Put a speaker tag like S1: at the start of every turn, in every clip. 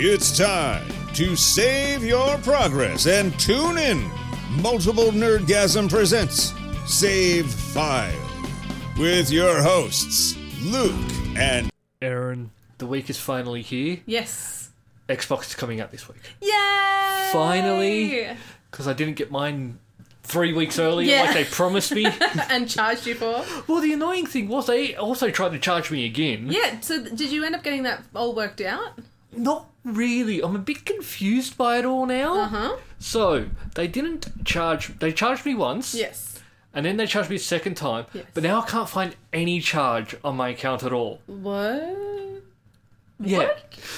S1: It's time to save your progress and tune in. Multiple Nerdgasm presents Save File with your hosts, Luke and
S2: Aaron, the week is finally here.
S3: Yes.
S2: Xbox is coming out this week
S3: Yay!
S2: Finally. because I didn't get mine three weeks earlier
S3: Yeah.
S2: like they promised me.
S3: and charged you for.
S2: well, the annoying thing was they also tried to charge me again.
S3: Yeah, so th- did you end up getting that all worked out?
S2: Not really. I'm a bit confused by it all now.
S3: Huh?
S2: So they didn't charge. They charged me once,
S3: Yes.
S2: and then they charged me a second time.
S3: Yes.
S2: But now I can't find any charge on my account at all.
S3: What?
S2: Yeah.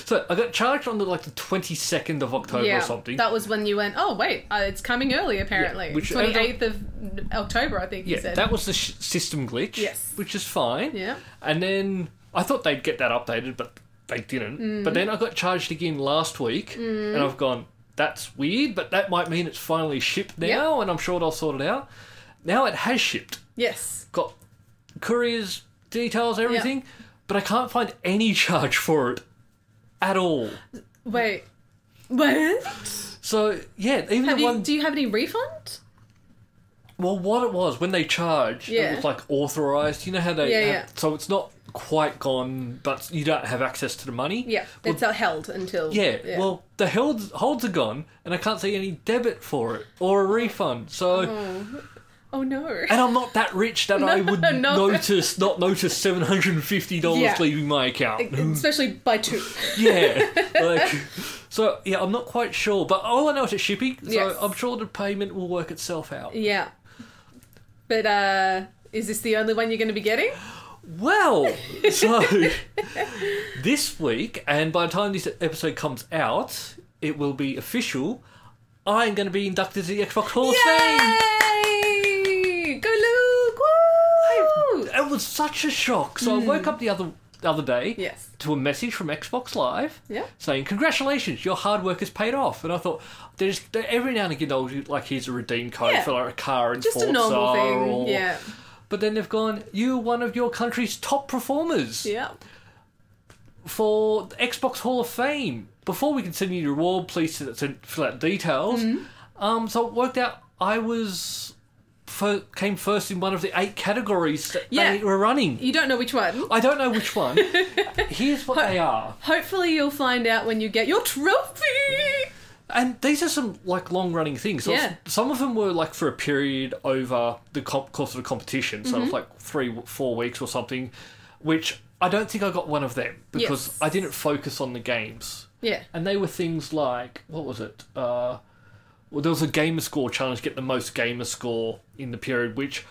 S2: So I got charged on the like the 22nd of October or something.
S3: That was when you went, oh, wait, uh, it's coming early, apparently.
S2: Yeah, which- uh,
S3: 28th of October, I think you
S2: Yeah,
S3: said.
S2: that was the sh- system glitch.
S3: Yes.
S2: Which is fine.
S3: Yeah.
S2: And then I thought they'd get that updated, but they didn't.
S3: Mm.
S2: But then I got charged again last week, and I've gone, that's weird, but that might mean it's finally shipped now,
S3: Yeah.
S2: and I'm sure they'll sort it out. Now it has shipped.
S3: yes.
S2: Got couriers, details, everything, but I can't find any charge for it at all.
S3: Wait. What?
S2: So, yeah, even
S3: Have
S2: the
S3: you,
S2: one.
S3: Do you have any refund?
S2: Well, what it was when they charge,
S3: Yeah.
S2: it was like authorized. You know how they,
S3: Yeah,
S2: have,
S3: yeah.
S2: so it's not quite gone, but you don't have access to the money.
S3: Yeah,
S2: Well,
S3: it's uh, held until.
S2: yeah. Well, the holds holds are gone, and I can't see any debit for it or a refund. So,
S3: oh, no.
S2: and I'm not that rich that I would
S3: No, no.
S2: notice not notice seven hundred and fifty dollars
S3: Yeah.
S2: leaving my account.
S3: Especially by two.
S2: yeah, like. So yeah, I'm not quite sure, but all I know is it's shipping. So
S3: Yes.
S2: I'm sure the payment will work itself out.
S3: yeah. But, uh,. Is this the only one you're going to be getting?
S2: Well, so this week, and by the time this episode comes out, it will be official. I'm going to be inducted to the Xbox Hall of Fame.
S3: Yay! Go Luke! Woo!
S2: It was such a shock. So I woke up the other the other day
S3: Hmm. Yes.
S2: to a message from Xbox Live
S3: Yeah.
S2: saying, "Congratulations, your hard work has paid off." And I thought, "There's there- every now and again, they'll do, like here's a redeem code
S3: Yeah.
S2: for like a car and
S3: Just a
S2: Forza
S3: normal thing.
S2: Or,
S3: Yeah.
S2: But then they've gone, "You're one of your country's top performers."
S3: Yeah.
S2: for the Xbox Hall of Fame. Before we can send you your reward, please send- send- fill out details.
S3: Mm-hmm.
S2: Um, so it worked out I was fir- came first in one of the eight categories that
S3: Yeah.
S2: they were running.
S3: You don't know which one.
S2: I don't know which one. Here's what they are,
S3: Hopefully, you'll find out when you get your trophy.
S2: and these are some like long running things. So
S3: Yeah.
S2: Some of them were like for a period over the comp- course of the competition, so it
S3: Mm-hmm.
S2: was like three, four weeks or something, which. I don't think I got one of them because
S3: Yes.
S2: I didn't focus on the games.
S3: Yeah.
S2: And they were things like what was it? Uh, well, there was a gamer score challenge, get the most gamer score in the period, which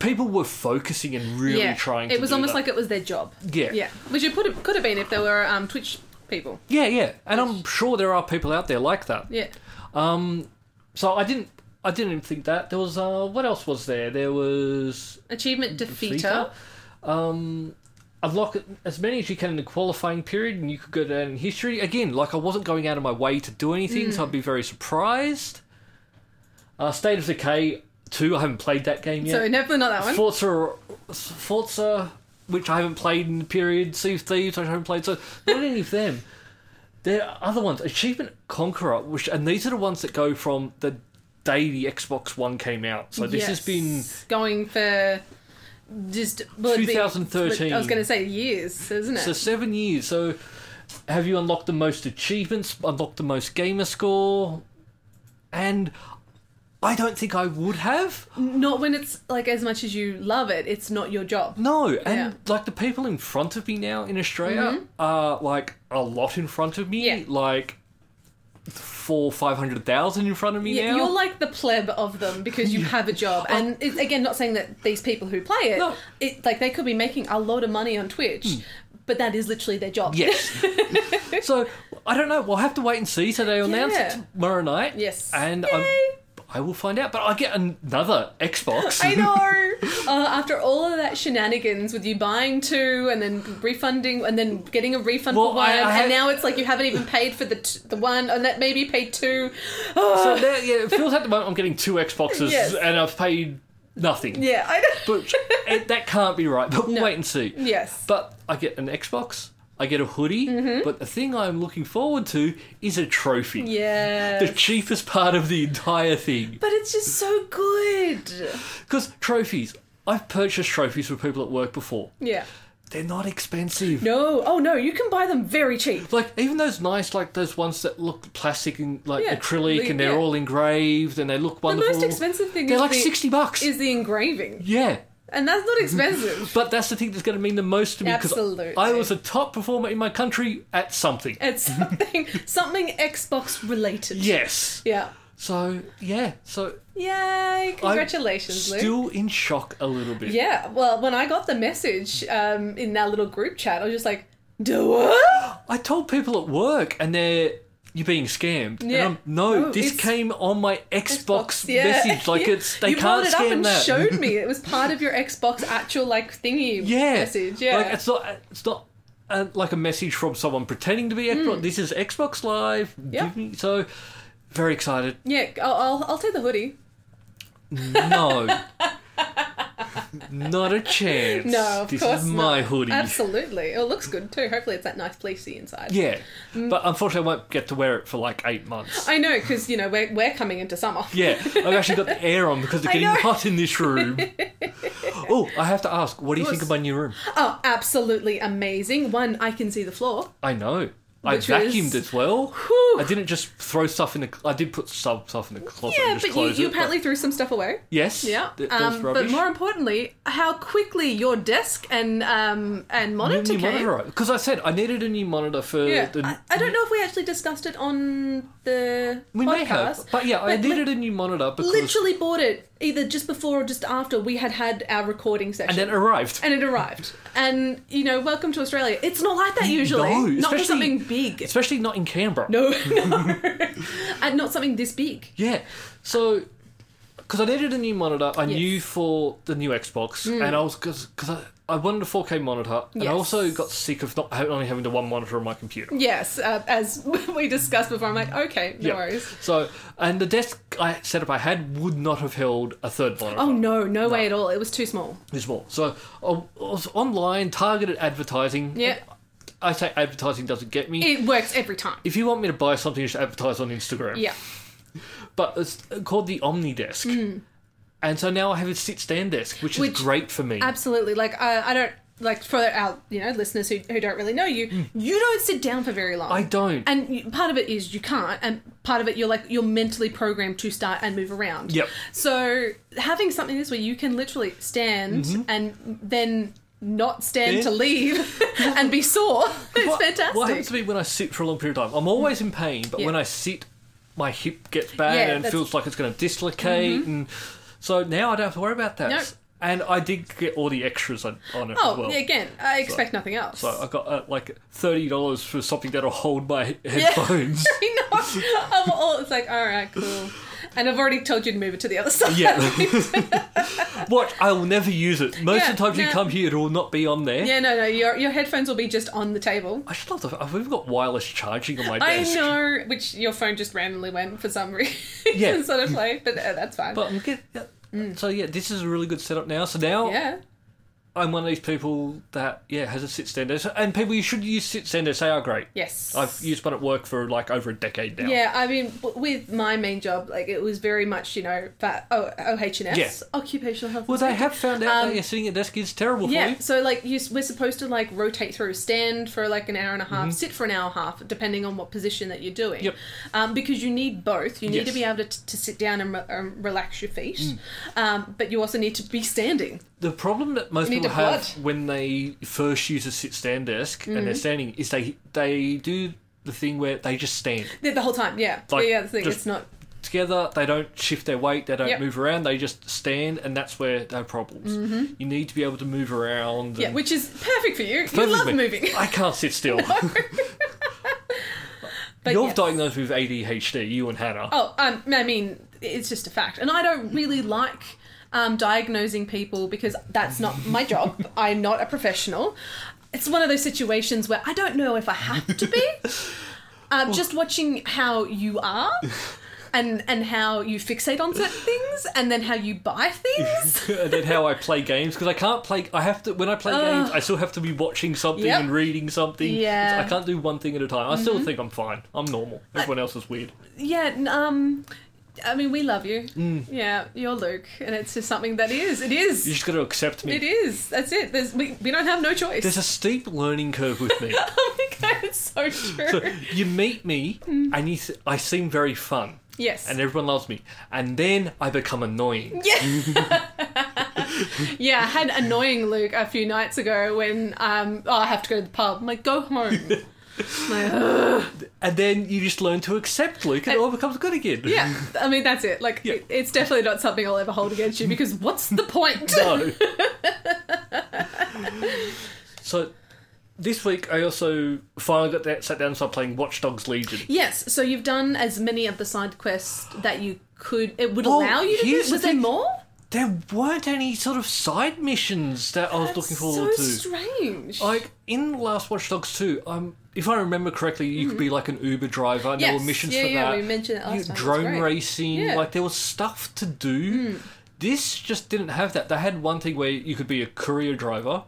S2: people were focusing and really
S3: yeah.
S2: trying.
S3: it
S2: to
S3: was
S2: do
S3: almost
S2: that.
S3: like it was their job.
S2: yeah,
S3: Yeah. Which it put, could have been if they were um, Twitch people.
S2: yeah, yeah. And I'm sure there are people out there like that.
S3: Yeah.
S2: So I didn't, I didn't think that there was. Uh, what else was there? There was
S3: Achievement defeater.
S2: Vita. Um, unlock as many as you can in the qualifying period, and you could go down in history. Again, like I wasn't going out of my way to do anything, so I'd be very surprised. Uh, State of Decay 2, I haven't played that game
S3: So
S2: yet.
S3: definitely not that one.
S2: Forza, Forza, which I haven't played in the period. Sea of Thieves, which I haven't played. So, not any of them. There are other ones. Achievement Conqueror, which, and these are the ones that go from the day the Xbox One came out. So, this has
S3: Yes.
S2: been
S3: Going for just. well, it'd be-
S2: 2013.
S3: I was going to say years, isn't it?
S2: So seven years. So have you unlocked the most achievements? Unlocked the most gamer score? And I don't think I would have.
S3: not when it's like as much as you love it, it's not your job.
S2: No, and like the people in front of me now in Australia are like a lot in front of me.
S3: Mm-hmm. Yeah.
S2: Like four, five hundred thousand in front of me
S3: Yeah,
S2: now.
S3: you're like the pleb of them because you have a job, and it, again, not saying that these people who play it,
S2: No. Hmm.
S3: it like they could be making a lot of money on Twitch, but that is literally their job.
S2: Yes. so I don't know. We'll have to wait and see. So they announce
S3: Yeah.
S2: it tomorrow night.
S3: Yes.
S2: And I'm, I will find out. But I get another Xbox.
S3: I know. uh, after all of that shenanigans with you buying two and then refunding and then getting a refund
S2: Well,
S3: for one,
S2: I- I had-
S3: and now it's like you haven't even paid for the t- the one, and that maybe you paid two.
S2: So there, yeah, it feels at the moment I'm getting two Xboxes
S3: Yes.
S2: and I've paid nothing.
S3: Yeah, I know.
S2: But it, that can't be right. But we'll wait and see.
S3: Yes.
S2: But I get an Xbox, I get a hoodie,
S3: Mm-hmm.
S2: but the thing I'm looking forward to is a trophy.
S3: Yeah.
S2: The cheapest part of the entire thing.
S3: But it's just so good.
S2: Because trophies, I've purchased trophies for people at work before.
S3: Yeah.
S2: They're not expensive.
S3: No. Oh no, you can buy them very cheap.
S2: Like even those nice, like those ones that look plastic and like
S3: Yeah,
S2: acrylic,
S3: the-
S2: and they're
S3: yeah.
S2: all engraved and they look
S3: The
S2: wonderful.
S3: most expensive thing
S2: They're
S3: is
S2: like
S3: the,
S2: sixty bucks.
S3: is the engraving.
S2: yeah,
S3: And that's not expensive.
S2: but that's the thing that's going to mean the most to me because
S3: Absolutely.
S2: I was a top performer in my country at something.
S3: it's something something Xbox related.
S2: Yes.
S3: Yeah.
S2: So yeah. So
S3: Yay,
S2: I'm
S3: congratulations, Luke.
S2: Still in shock a little bit.
S3: Yeah, well, when I got the message um, in that little group chat, I was just like, "Do what?"
S2: I told people at work, and they're you're being scammed. And
S3: Yeah.
S2: I'm, no,
S3: No,
S2: this
S3: it's-
S2: came on my Xbox,
S3: yeah.
S2: message. Like
S3: Yeah.
S2: it's they
S3: you
S2: can't
S3: brought it
S2: scam
S3: up and
S2: that.
S3: showed me it was part of your Xbox actual like thingy
S2: yeah.
S3: message. Yeah,
S2: Like it's not it's not uh, like a message from someone pretending to be Xbox. This is Xbox Live.
S3: Hmm. Yeah.
S2: Give me- So very excited.
S3: yeah. I'll, I'll I'll take the hoodie.
S2: No. not a chance.
S3: No, of
S2: this
S3: course
S2: is my
S3: not.
S2: hoodie.
S3: Absolutely, it looks good too. Hopefully, it's that nice fleecy inside.
S2: Yeah.
S3: Mm.
S2: But unfortunately I won't get to wear it for like 8 months.
S3: I know because you know we're we're coming into summer.
S2: yeah, I've actually got the air on because it's
S3: I
S2: getting
S3: know.
S2: hot in this room. oh, I have to ask, what do you think of
S3: Yes.
S2: my new room?
S3: Oh, absolutely amazing! One, I can see the floor.
S2: I know. I
S3: Which
S2: vacuumed
S3: is-
S2: as well.
S3: Whew.
S2: I didn't just throw stuff in the. I did put some stuff in the closet.
S3: Yeah,
S2: and just
S3: but you,
S2: close
S3: you
S2: it,
S3: apparently threw some stuff away.
S2: Yes.
S3: Yeah,
S2: th- there was
S3: um, but
S2: rubbish.
S3: more importantly, how quickly your desk and um and monitor
S2: new
S3: came.
S2: monitor because I said I needed a new monitor for
S3: Yeah,
S2: the.
S3: I, I don't know if we actually discussed it on the
S2: we
S3: podcast.
S2: may have, but yeah, I
S3: but li-
S2: needed a new monitor because
S3: literally bought it either just before or just after we had had our recording session.
S2: and then it arrived.
S3: And it arrived. And you know, welcome to Australia. It's not like that usually.
S2: No,
S3: not for
S2: especially-
S3: something big.
S2: Especially not in Canberra.
S3: no, no, and not something this big.
S2: Yeah. So, because I needed a new monitor, I knew for the new Xbox,
S3: Mm.
S2: and I was because I, I wanted a 4K monitor, and I
S3: Yes.
S2: also got sick of not ha- only having the one monitor on my computer.
S3: Yes, uh, as we discussed before, I'm like, okay, no
S2: Yeah.
S3: worries.
S2: So, and the desk I setup I had would not have held a third monitor.
S3: Oh no, no, way at all. It was too small.
S2: There's more. So I was online targeted advertising.
S3: Yeah.
S2: I say advertising doesn't get me.
S3: It works every time.
S2: if you want me to buy something, you should advertise on Instagram.
S3: Yeah.
S2: But it's uh, called the OmniDesk. And so now I have a sit stand desk, which,
S3: Mm. Which-
S2: is great for me.
S3: Absolutely. Like I, I don't like for our you know listeners who, who don't really know you, you don't sit down for very long.
S2: Hmm. I don't.
S3: And you, part of it is you can't, and part of it you're like you're mentally programmed to start and move around.
S2: Yep.
S3: So having something this way, you can literally stand
S2: Mm-hmm.
S3: and then not stand
S2: Yeah.
S3: to leave and be sore. It's
S2: what,
S3: fantastic.
S2: What happens to me when I sit for a long period of time? I'm always in pain, but
S3: Yeah.
S2: when I sit, my hip gets bad
S3: Yeah,
S2: and
S3: that's- Mm-hmm.
S2: feels like it's going to dislocate. And so now I don't have to worry about that.
S3: Nope.
S2: And I did get all the extras on, on it as
S3: oh,
S2: well.
S3: yeah, again, I expect nothing else.
S2: So I got uh, like thirty dollars for something that'll hold my he- headphones.
S3: you know, I'm all, it's like, all right, cool. And I've already told you to move it to the other side.
S2: Yeah. Watch, I will never use it. Most
S3: Yeah,
S2: of the times you
S3: no.
S2: come here, it will not be on there.
S3: Yeah, no, no. Your your headphones will be just on the table.
S2: I should love the. I've even got wireless charging on my
S3: I
S2: desk.
S3: know, which your phone just randomly went for some reason,
S2: Yeah.
S3: sort of like, but uh, that's fine.
S2: But I'm get, yeah. So yeah, this is a really good setup now. So now
S3: Mm. yeah,
S2: I'm one of these people that yeah has a sit stand desk, and people you should use sit stand desks. They are great.
S3: yes.
S2: I've used one at work for like over a decade now.
S3: yeah, I mean, w- with my main job, like it was very much, you know, fat, oh, OHS,
S2: Yeah.
S3: occupational health.
S2: Well,
S3: and
S2: they
S3: safety.
S2: have found out
S3: Um,
S2: that yeah, sitting at desk is terrible for
S3: Yeah,
S2: you.
S3: so like you, s- we're supposed to like rotate through, stand for like an hour and a half, sit for an hour and a half, depending on what position that you're doing.
S2: Mm-hmm. Yep.
S3: Um, because you need both. You
S2: Yes.
S3: need
S2: Mm.
S3: to be able to, t- to sit down and re- um, relax your feet, um, but you also need to be standing.
S2: The problem that most
S3: Need
S2: people
S3: a
S2: have
S3: what? Mm-hmm.
S2: when they first use a sit stand desk and they're standing is they they do the thing where they just stand
S3: The, the whole time, yeah.
S2: Like,
S3: yeah, yeah, the thing.
S2: just-
S3: It's not.
S2: together. They don't shift their weight. They don't
S3: Yep.
S2: move around. They just stand, and that's where they have problems. You need to be able to move around.
S3: Mm-hmm. Yeah,
S2: and-
S3: which is perfect for you.
S2: Don't
S3: you love
S2: leave me.
S3: moving.
S2: I can't sit still.
S3: But
S2: You're
S3: yes.
S2: diagnosed with ADHD. You and Hannah.
S3: Oh, um, I mean, it's just a fact. And I don't really like um, diagnosing people because that's not my job. I'm not a professional. It's one of those situations where I don't know if I have to be. Um, just watching how you are and and how you fixate on certain things, and then how you buy things.
S2: and then how I play games because I can't play. I have to when I play games, I still have to be watching something
S3: Yep.
S2: and reading something.
S3: Yeah.
S2: It's- I can't do one thing at a time. I still think I'm fine. I'm normal. Everyone else is weird.
S3: yeah. n- Um. I mean, we love you.
S2: Mm.
S3: Yeah, you're Luke, and it's just something that is. It
S2: You
S3: is.
S2: just got to accept me.
S3: It is. That's it. There's, we, we don't have no choice.
S2: There's a steep learning curve with me.
S3: oh my god, it's so true.
S2: so you meet me, and you th- I seem very fun,
S3: yes.
S2: and everyone loves me, and then I become annoying.
S3: Yeah, I had annoying Luke a few nights ago when um, oh, I have to go to the pub. I'm like, go home. I'm like, "Ugh."
S2: And then you just learn to accept Luke, and it all becomes good again.
S3: yeah, I mean that's it. Like, it- it's definitely not something I'll ever hold against you because what's the point?
S2: No. so this week I also finally got that sat down and started playing Watch Dogs Legion.
S3: yes, so you've done as many of the side quests that you could. It would
S2: Well,
S3: allow you to do.
S2: here's the
S3: Was there
S2: thing.
S3: more?
S2: There weren't any sort of side missions that I was looking
S3: so
S2: forward to.
S3: strange.
S2: like in the last Watch Dogs 2, um, if I remember correctly, you could be like an Uber driver and there
S3: Mm-hmm. Yes.
S2: were missions
S3: Yeah,
S2: for
S3: yeah,
S2: that.
S3: we mentioned that
S2: You-
S3: last time. That's
S2: drone
S3: great.
S2: racing,
S3: Yeah. Mm.
S2: like there was stuff to do. This just didn't have that. They had one thing where you could be a courier driver.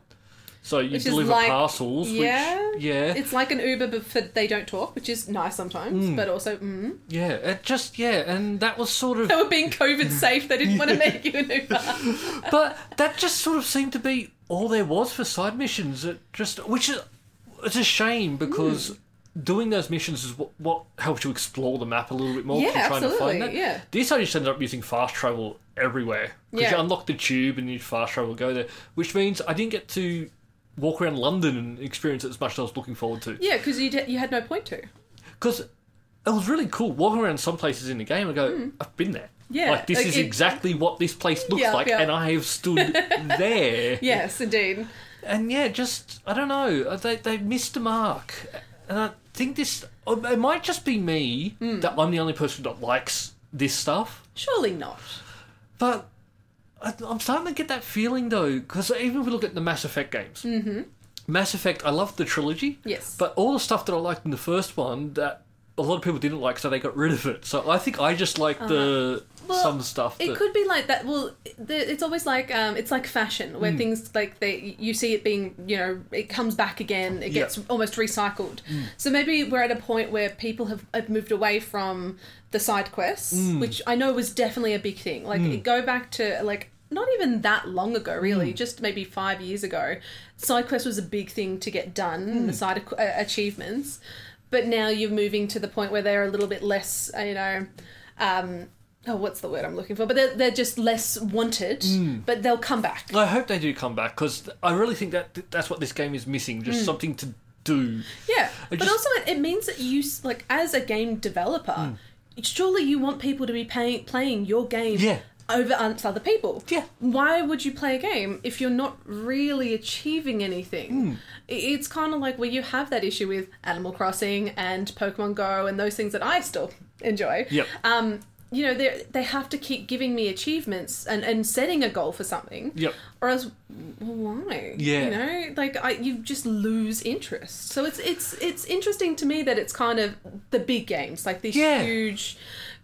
S2: So you
S3: Which is
S2: deliver
S3: like-
S2: parcels,
S3: yeah,
S2: which yeah.
S3: It's like an Uber, but for they don't talk, which is nice sometimes. But also, mm.
S2: Yeah, it just yeah, and that was sort of
S3: they were being COVID safe. They didn't want to make you an Uber.
S2: but that just sort of seemed to be all there was for side missions. It just which is it's a shame because
S3: Hmm.
S2: doing those missions is what, what helps you explore the map a little bit more. 'cause
S3: Yeah,
S2: you're trying
S3: absolutely,
S2: to find that.
S3: yeah.
S2: This I just ended up using fast travel everywhere because
S3: Yeah.
S2: you unlock the tube and you fast travel go there, which means I didn't get to walk around London and experience it as much as I was looking forward to.
S3: Yeah, because you, d- you had no point to.
S2: because it was really cool walking around some places in the game and go, I've been there.
S3: Hmm. Yeah,
S2: Like this
S3: like
S2: is
S3: it-
S2: exactly what this place looks
S3: Yeah,
S2: like
S3: yeah.
S2: and I have stood there.
S3: Yes, indeed.
S2: And yeah, just I don't know. uh, They they missed the mark. And I think this it might just be me
S3: Hmm.
S2: that I'm the only person that likes this stuff.
S3: Surely not.
S2: But I, I'm starting to get that feeling though, because even if we look at the Mass Effect games, mm-hmm. Mass Effect, I loved the trilogy.
S3: Yes.
S2: But all the stuff that I liked in the first one that a lot of people didn't like, so they got rid of it. So I think I just like the
S3: Uh-huh. well,
S2: some stuff.
S3: It
S2: that,
S3: could be like that. Well, the, it's always like um, it's like fashion,
S2: Mm.
S3: where things like they you see it being you know it comes back again. It
S2: Yeah.
S3: gets almost recycled. So maybe we're at a point where people have, have moved away from the side quests, which I know was definitely a big thing. Like go back to like not even that long ago, really, just maybe five years ago. Side quest was a big thing to get done. The side ac- uh, achievements. But now you're moving to the point where they're a little bit less, uh, you know, um, oh, what's the word I'm looking for? But they're, they're just less wanted, but they'll come back.
S2: I hope they do come back because I really think that that's what this game is missing,
S3: Mm.
S2: just something to do.
S3: Yeah. But
S2: just-
S3: also, it, it means that you, s- like, as a game developer, surely you want people to be pay- playing your game.
S2: Hmm. Yeah.
S3: Over against other people.
S2: Yeah.
S3: Why would you play a game if you're not really achieving
S2: Hmm.
S3: anything? I- It's kind of like where you have that issue with Animal Crossing and Pokemon Go and those things that I still enjoy.
S2: Yep.
S3: um, you know, they they have to keep giving me achievements and, and setting a goal for something.
S2: Yep.
S3: Or else, well, why?
S2: Yeah.
S3: You know, like I, you just lose interest. So it's it's it's interesting to me that it's kind of the big games, like these
S2: Yeah.
S3: huge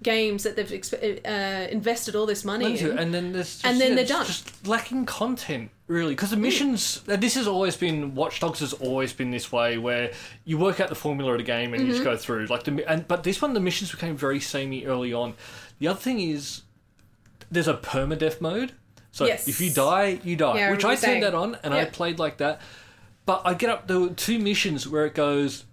S3: games that they've exp- uh, invested all this money
S2: into
S3: in.
S2: it, and then there's just,
S3: And then
S2: yeah,
S3: they're
S2: just-
S3: done.
S2: Just lacking content, really, because the missions. and This has always been Watch Dogs has always been this way, where you work out the formula of the game and you just
S3: Mm-hmm.
S2: go through. Like the mi- and but this one, the missions became very samey early on. The other thing is there's a permadeath mode, so
S3: Yes.
S2: if you die, you die,
S3: Yeah, I
S2: which I
S3: remember
S2: turned
S3: saying.
S2: that on and I
S3: Yeah.
S2: played like that. But I get up there were two missions where it goes,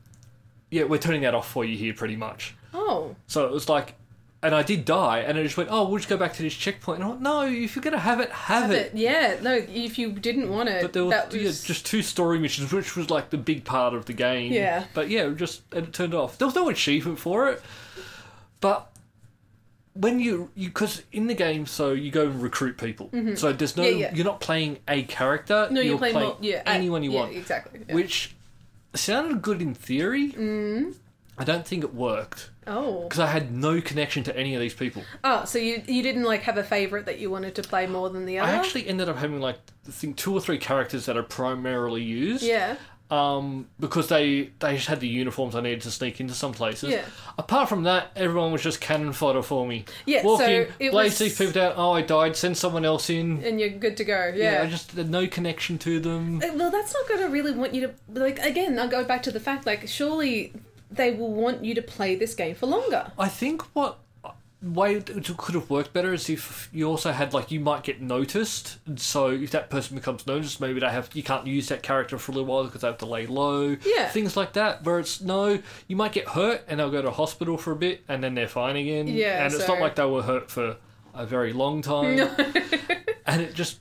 S2: yeah, we're turning that off for you here, pretty much.
S3: Oh,
S2: So it was like, and I did die, and I just went, oh, we'll just go back to this checkpoint. And I went, no, if you're going to have it, have,
S3: but,
S2: it.
S3: yeah, no. If you didn't want it,
S2: But there were
S3: that was
S2: yeah, just two story missions, which was like the big part of the game.
S3: Yeah.
S2: But yeah, it just and it turned off. There was no achievement for it. But when you because in the game, so you go and recruit people. So there's no
S3: Mm-hmm. Yeah, yeah.
S2: you're not playing a character.
S3: no. You're, playing, more, yeah, I-
S2: anyone you
S3: yeah,
S2: want,
S3: exactly. yeah. Mm-hmm.
S2: which sounded good in theory. Mm. I don't think it worked
S3: oh,
S2: because I had no connection to any of these people.
S3: oh. So you you didn't like have a favorite that you wanted to play more than the other?
S2: I actually ended up having like I think two or three characters that are primarily used.
S3: yeah.
S2: um, because they they just had the uniforms I needed to sneak into some places.
S3: Yeah.
S2: Apart from that, everyone was just cannon fodder for me.
S3: Yeah,
S2: Walk
S3: so
S2: in,
S3: it
S2: blaze
S3: was-
S2: these people down. Oh, I died. Send someone else in.
S3: and you're good to go.
S2: Yeah,
S3: Yeah.
S2: I just had no connection to them.
S3: Uh, well, that's not going to really want you to like. Again, I'll go back to the fact like surely they will want you to play this game for longer.
S2: I think what uh, way it could have worked better is if you also had like you might get noticed, and so if that person becomes noticed, maybe they have you can't use that character for a little while because they have to lay low.
S3: Yeah.
S2: things like that. Where it's no, you might get hurt and they'll go to hospital for a bit and then they're fine again.
S3: Yeah,
S2: and it's
S3: so-
S2: not like they were hurt for a very long time. and it just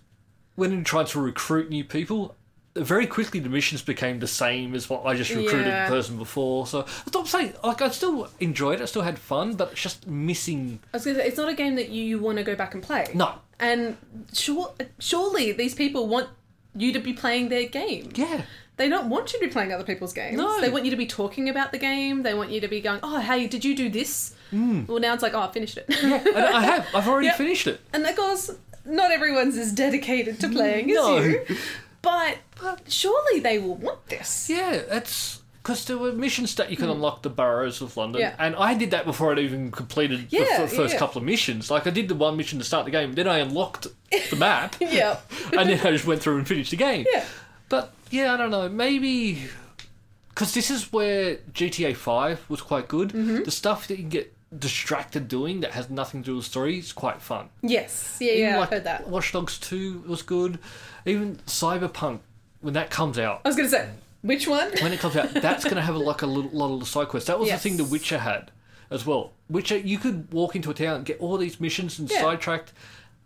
S2: when it tried to recruit new people. Very quickly, the missions became the same as what I just recruited
S3: Yeah.
S2: the person before. So that's what I'm saying. Like I still enjoyed it, I still had fun, but it's just missing.
S3: I was gonna say, it's not a game that you, you want to go back and play.
S2: No,
S3: And sure, surely these people want you to be playing their game.
S2: yeah,
S3: They don't want you to be playing other people's games.
S2: No.
S3: They want you to be talking about the game. They want you to be going, oh, hey, did you do this?
S2: Mm.
S3: Well, now it's like, oh, I finished it.
S2: and I have. I've already
S3: Yep.
S2: finished it.
S3: and of course, not everyone's as dedicated to playing
S2: No.
S3: as you. But, but surely they will want this.
S2: Yeah, that's because there were missions that you could unlock the boroughs of London,
S3: Hmm. Yeah.
S2: and I did that before I'd even completed the
S3: Yeah,
S2: f- first
S3: yeah.
S2: couple of missions. Like I did the one mission to start the game, then I unlocked the map,
S3: Yeah.
S2: and then I just went through and finished the game.
S3: Yeah.
S2: But yeah, I don't know. Maybe because this is where GTA Five was quite good.
S3: Mm-hmm.
S2: The stuff that you can get distracted doing that has nothing to do with the story is quite fun.
S3: Yes. Yeah,
S2: Even
S3: yeah,
S2: like
S3: I've heard that.
S2: Watch Dogs Two was good. Even Cyberpunk when that comes out.
S3: I was going to say, which one?
S2: When it comes out, that's going to have like a little, lot of the side quests. That was
S3: Yes.
S2: the thing The Witcher had as well. Witcher, you could walk into a town, and get all these missions, and
S3: Yeah.
S2: sidetracked,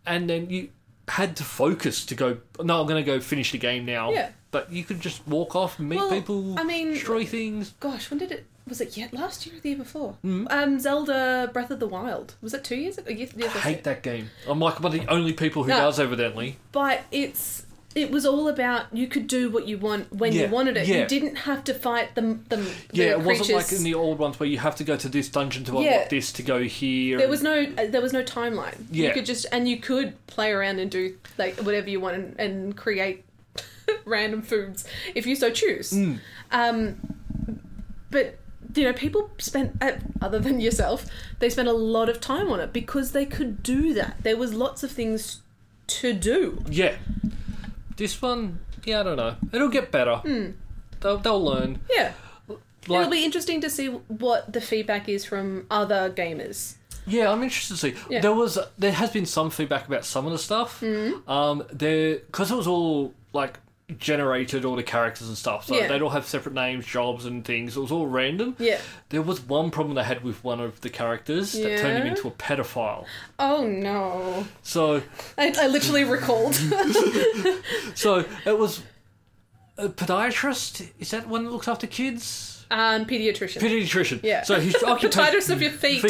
S2: and then you had to focus to go. No, I'm going to go finish the game now.
S3: Yeah.
S2: But you could just walk off, meet
S3: Well,
S2: people,
S3: I mean-
S2: destroy things.
S3: gosh, when did it? Was it yet last year or the year before?
S2: Mm-hmm.
S3: Um, Zelda Breath of the Wild. Was it two years ago? Yes,
S2: I
S3: yes, yes.
S2: hate that game. I'm like one of the only people who
S3: No.
S2: does, evidently.
S3: But it's it was all about you could do what you want when
S2: Yeah,
S3: you wanted it.
S2: yeah.
S3: You didn't have to fight them. them
S2: Yeah,
S3: the
S2: it wasn't like
S3: creatures.
S2: in the old ones where you have to go to this dungeon to unlock
S3: Yeah.
S2: this to go here.
S3: There was no uh, there was no timeline.
S2: Yeah.
S3: You could just and you could play around and do like whatever you want and, and create random foods if you so choose.
S2: Hmm.
S3: Um, but you know, people spent uh, other than yourself, they spent a lot of time on it because they could do that. There was lots of things to do.
S2: Yeah. This one, yeah, I don't know. It'll get better.
S3: Hmm.
S2: They'll, they'll learn.
S3: Yeah.
S2: Like,
S3: It'll be interesting to see what the feedback is from other gamers.
S2: yeah, I'm interested to see.
S3: Yeah.
S2: There was, there has been some feedback about some of the stuff.
S3: Mm-hmm.
S2: Um, there, because it was all like generated, all the characters and stuff. So
S3: Yeah.
S2: they'd all have separate names, jobs, and things. It was all random.
S3: Yeah.
S2: There was one problem they had with one of the characters that turned him
S3: Yeah.
S2: into a pedophile.
S3: Oh no.
S2: So
S3: I, I literally recalled.
S2: So it was a podiatrist. Is that one that looks after kids?
S3: um, pediatrician.
S2: Pediatrician.
S3: Yeah.
S2: So his occupation.
S3: Podiatrist of your feet.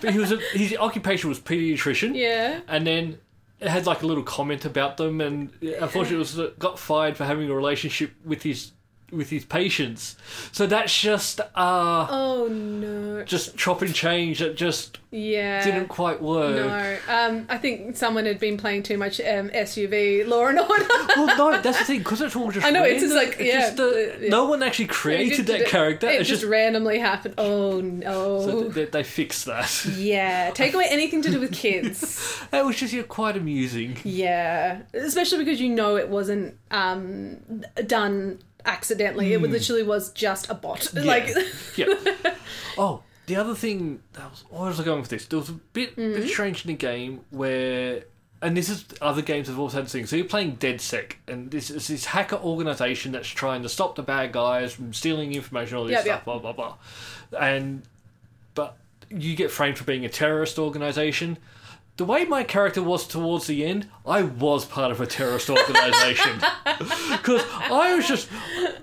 S2: But he was a, his occupation was pediatrician.
S3: Yeah.
S2: And then it had like a little comment about them, and unfortunately, it was uh, got fired for having a relationship with his with his patients. So that's just uh
S3: Oh no.
S2: just chop and change that just
S3: Yeah.
S2: didn't quite work.
S3: no. Um, I think someone had been playing too much um, SUV Law and Order.
S2: Well, no, that's the thing because it's all just.
S3: I know, it's
S2: random.
S3: just like, yeah,
S2: just, uh,
S3: it- it-
S2: no one actually created that character.
S3: It
S2: it's
S3: just,
S2: just
S3: randomly happened. Oh no.
S2: So th- they, they fixed that.
S3: yeah. Take away anything to do with kids.
S2: that was just yeah, quite amusing.
S3: yeah. Especially because you know it wasn't um, done accidentally. It literally was just a bot. Like.
S2: Hmm. yeah. Yeah. Oh, the other thing that was where was I going with this? There was a bit,
S3: Mm-hmm.
S2: bit strange in the game where, and this is other games have also had things. So you're playing DedSec, and this is this hacker organization that's trying to stop the bad guys from stealing information, all this
S3: Yep,
S2: stuff,
S3: yep.
S2: blah blah blah, and but you get framed for being a terrorist organization. The way my character was towards the end, I was part of a terrorist organization. Because I was just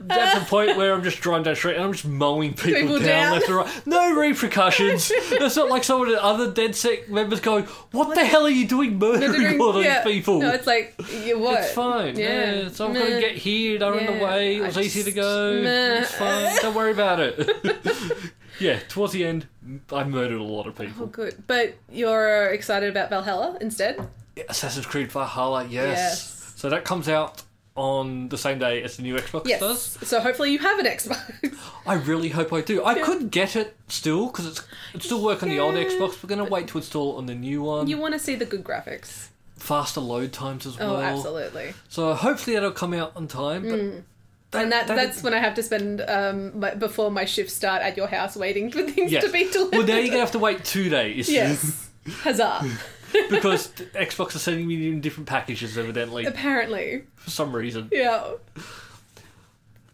S2: at the point where I'm just driving down the street and I'm just mowing people,
S3: People
S2: down,
S3: down.
S2: left and right. No repercussions. it's not like some of the other dead sec members going, What, the hell are you doing murdering all those
S3: Yeah.
S2: people?
S3: No, it's like you what?
S2: It's fine. Yeah. so I'm going
S3: Meh.
S2: to get here. They're in the
S3: Yeah,
S2: way. It
S3: I
S2: was easy to
S3: just-
S2: go.
S3: meh.
S2: It's fine. Don't worry about it. yeah, towards the end, I murdered a lot of people.
S3: Oh, good. But you're excited about Valhalla instead?
S2: Assassin's Creed Valhalla, yes.
S3: Yes.
S2: So that comes out on the same day as the new Xbox
S3: Yes.
S2: does.
S3: So hopefully you have an Xbox.
S2: I really hope I do. I could get it still because it's it's still working on the old
S3: Yeah.
S2: Xbox. We're gonna wait to install it on the new one.
S3: you want to see the good graphics.
S2: Faster load times as
S3: Oh,
S2: well.
S3: absolutely.
S2: So hopefully that'll come out on time. But that-
S3: Mm. And that,
S2: that-
S3: that's when I have to spend um, my, before my shifts start at your house waiting for things
S2: yeah.
S3: to be delivered.
S2: Well, now you're gonna have to wait two days.
S3: Yes. Huzzah.
S2: because the Xbox are sending me in different packages, evidently
S3: Apparently.
S2: for some reason.
S3: Yeah.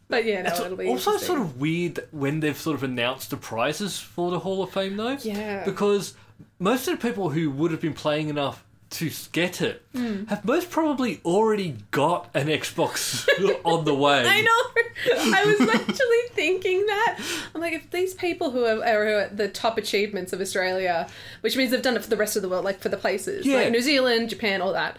S3: But yeah, no,
S2: It's
S3: it'll be
S2: also
S3: interesting.
S2: sort of weird that when they've sort of announced the prizes for the Hall of Fame, though.
S3: Yeah.
S2: Because most of the people who would have been playing enough to get it
S3: Hmm.
S2: have most probably already got an Xbox on the way.
S3: I know. I was actually thinking that. I'm like, if these people who are, are at the top achievements of Australia, which means they've done it for the rest of the world, like for the places,
S2: Yeah.
S3: like New Zealand, Japan, all that.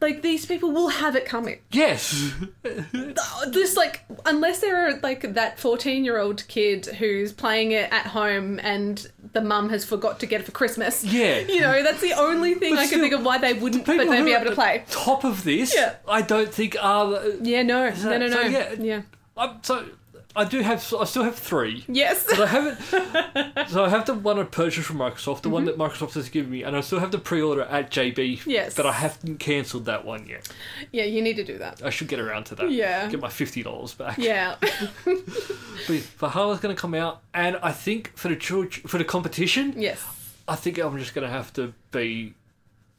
S3: Like these people will have it coming.
S2: Yes.
S3: This like unless they're like that fourteen year old kid who's playing it at home and the mum has forgot to get it for Christmas.
S2: Yeah.
S3: You know, that's the only thing
S2: But
S3: I can
S2: still,
S3: think of why they wouldn't but
S2: People
S3: they'd
S2: who
S3: be
S2: are
S3: able
S2: at
S3: to play.
S2: the Top of this,
S3: Yeah.
S2: I don't think are. the-
S3: Yeah, no.
S2: that-
S3: no no
S2: so,
S3: no.
S2: yeah.
S3: yeah.
S2: I'm, so I do have. I still have three.
S3: Yes.
S2: But I haven't. so I have the one I purchased from Microsoft, the one that Microsoft has given me, and I still have the pre-order at JB.
S3: Mm-hmm. Yes.
S2: But I haven't cancelled that one yet.
S3: yeah, you need to do that.
S2: I should get around to that.
S3: Yeah.
S2: Get my fifty dollars back.
S3: Yeah.
S2: But Valhalla's going to come out, and I think for the church, for the competition,
S3: yes.
S2: I think I'm just going to have to be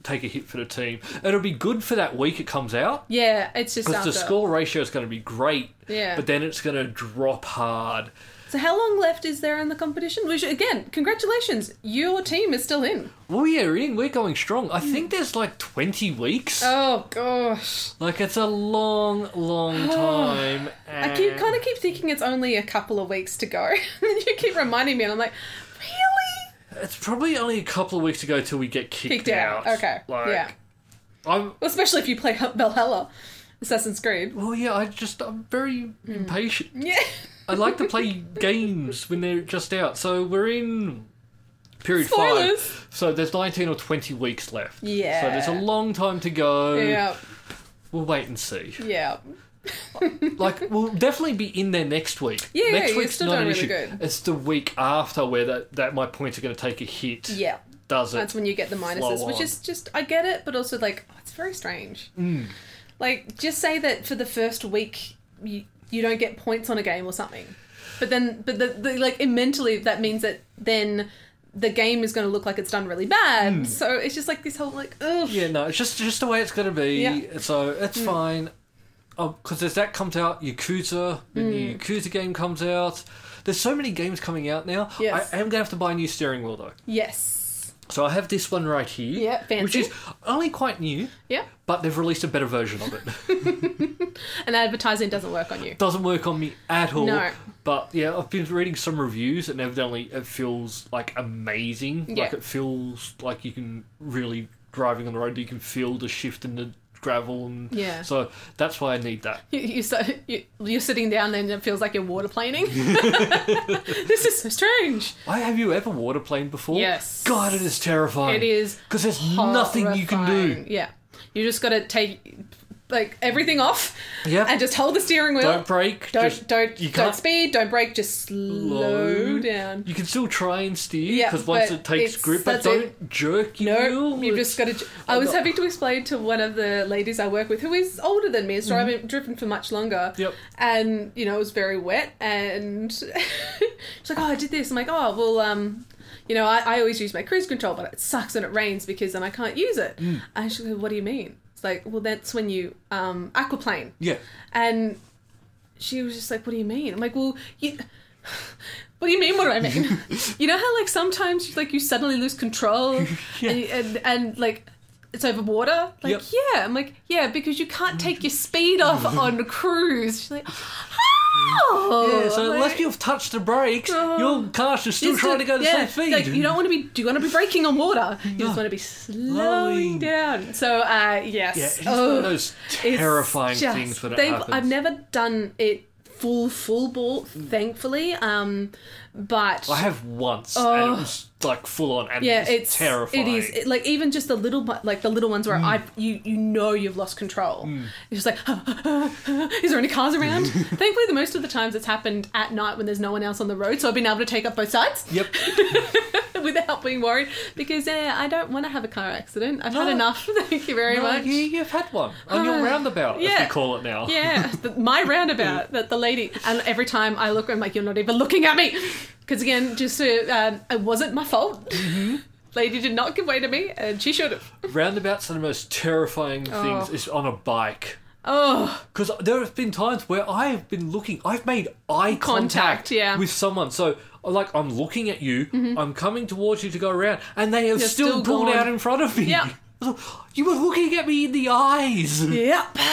S2: take a hit for the team. It'll be good for that week it comes out
S3: Yeah, it's just
S2: because
S3: after.
S2: the score ratio is going to be great.
S3: Yeah.
S2: But then it's going to drop hard.
S3: So how long left is there in the competition? Which again, congratulations, your team is still in.
S2: Well, yeah, we're in. We're going strong. I think there's like 20 weeks.
S3: Hmm. Oh gosh,
S2: Like it's a long, long time. and
S3: I keep kind of keep thinking it's only a couple of weeks to go, and you keep reminding me, and I'm like, really?
S2: It's probably only a couple of weeks ago till we get kicked,
S3: Kicked out. Okay.
S2: Like,
S3: yeah.
S2: I'm.
S3: Well, especially if you play Valhalla, Assassin's Creed.
S2: Well, yeah. I just I'm very
S3: Hmm.
S2: impatient.
S3: Yeah.
S2: I like to play games when they're just out. So we're in period
S3: Spoilers.
S2: five. So there's 19 or 20 weeks left.
S3: Yeah.
S2: So there's a long time to go.
S3: Yeah.
S2: We'll wait and see.
S3: Yeah.
S2: Like we'll definitely be in there next week.
S3: Yeah,
S2: next
S3: yeah, you're still doing really good.
S2: It's the week after where that, that my points are going to take a hit.
S3: Yeah.
S2: Does it?
S3: That's when you get the minuses,
S2: Flow
S3: which
S2: on. Hmm.
S3: is just I get it, but also like oh, it's very strange. Like just say that for the first week you you don't get points on a game or something, but then but the, the like mentally that means that then the game is going to look like it's done really bad. So it's just like this whole like ugh.
S2: Hmm. Yeah, no, it's just just the way it's going to be.
S3: Yeah. Mm.
S2: So it's fine. Oh, because as that comes out, Yakuza, the new
S3: Mm.
S2: Yakuza game comes out. There's so many games coming out now.
S3: Yes.
S2: I am going to have to buy a new steering wheel though.
S3: Yes.
S2: So I have this one right here.
S3: Yeah,
S2: Which
S3: fancy.
S2: is only quite new,
S3: Yeah.
S2: but they've released a better version of it.
S3: And advertising doesn't work on you.
S2: Doesn't work on me at all.
S3: No.
S2: But yeah, I've been reading some reviews and evidently it feels like amazing.
S3: Yeah.
S2: Like it feels like you can really driving on the road, you can feel the shift in the gravel and
S3: Yeah.
S2: so that's why I need that.
S3: You, you so you, you're sitting down and it feels like you're water planing. this is so strange.
S2: Why have you ever waterplaned before?
S3: Yes.
S2: God, it is terrifying.
S3: It is
S2: because there's nothing you can do.
S3: Horrifying. Yeah, you just got to take like everything off.
S2: Yep.
S3: and just hold the steering wheel.
S2: Don't brake.
S3: Don't
S2: just-
S3: don't,
S2: You
S3: don't
S2: can't
S3: speed. Don't brake. Just slow down.
S2: You can still try and steer
S3: Yeah,
S2: because once
S3: but
S2: it takes
S3: it's-
S2: grip, but
S3: that's
S2: don't
S3: it.
S2: jerk your
S3: No,
S2: wheel.
S3: you've just got to. I was having to explain to one of the ladies I work with, who is older than me, has driven driven for much longer.
S2: Yep.
S3: And you know, it was very wet, and she's like, "Oh, I did this." I'm like, "Oh, well, um, you know, I, I always use my cruise control, but it sucks when it rains because then I can't use it." And she's like, "What do you mean?" It's like, "Well, that's when you um aquaplane."
S2: yeah.
S3: And she was just like, "What do you mean?" I'm like, "Well, you." What do you mean? What do I mean? you know how like sometimes you, like you suddenly lose control and, and and like it's over water. Like
S2: Yep.
S3: yeah, I'm like yeah because you can't take your speed off on cruise. She's like, oh,
S2: Yeah, so
S3: I'm
S2: unless
S3: like,
S2: you've touched the brakes,
S3: Oh.
S2: your car's just still
S3: just
S2: trying to go the
S3: yeah,
S2: same speed.
S3: Like you don't want to be. Do you want to be braking on water? You
S2: No.
S3: just want to be slowing
S2: Slowing.
S3: down. So uh, yes,
S2: Yeah, it's
S3: Oh.
S2: one of those
S3: It's
S2: terrifying
S3: just-
S2: things when it
S3: they've-
S2: happens.
S3: I've never done it full full ball, thankfully. Um, but
S2: I have once, and it was like full on, and
S3: Oh.
S2: it
S3: yeah,
S2: was
S3: it's
S2: terrifying. Hmm.
S3: It is it, like even just the little bu- like the little ones where I you you know you've lost control. It's just like is there any cars around? Thankfully, the most of the times it's happened at night when there's no one else on the road, so I've been able to take up both sides
S2: Yep.
S3: without being worried because yeah, I don't want to have a car accident. I've
S2: No.
S3: had enough. Thank you very
S2: No,
S3: much.
S2: you, you've had one on your
S3: Uh,
S2: roundabout, as we
S3: yeah.
S2: call it now.
S3: Yeah, the, my roundabout that the lady, and every time I look, I'm like, you're not even looking at me, because again, just to, um, it wasn't my fault.
S2: Mm-hmm.
S3: lady did not give way to me, and she should have.
S2: Roundabouts are the most terrifying things.
S3: Oh.
S2: Is on a bike.
S3: Oh,
S2: Because there have been times where I have been looking, I've made eye contact,
S3: Contact, yeah.
S2: with someone. So, like, I'm looking at you, I'm coming towards you to go around, and they have
S3: You're
S2: still,
S3: still
S2: pulled
S3: gone.
S2: out in front of me.
S3: Yeah.
S2: You were looking at me in the eyes.
S3: yep.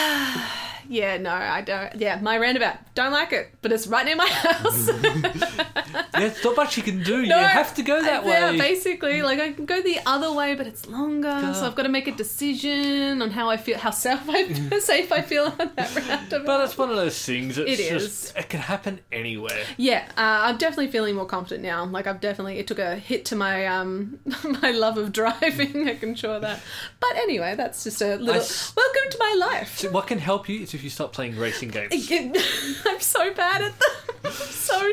S3: Yeah, no, I don't. Yeah, my roundabout, don't like it, but it's right near my house.
S2: There's not much you can do. you have to go that
S3: yeah,
S2: way.
S3: basically, like I can go the other way, but it's longer, so I've got to make a decision on how I feel, how safe I, safe I feel on that roundabout.
S2: But it's one of those things. It's
S3: It
S2: just, It can happen anywhere.
S3: Yeah, uh, I'm definitely feeling more confident now. Like I've definitely it took a hit to my um my love of driving. I can show that. But anyway, that's just a little
S2: s-
S3: welcome to my life.
S2: So what can help you is if you start playing racing games.
S3: I'm so bad at them. I'm so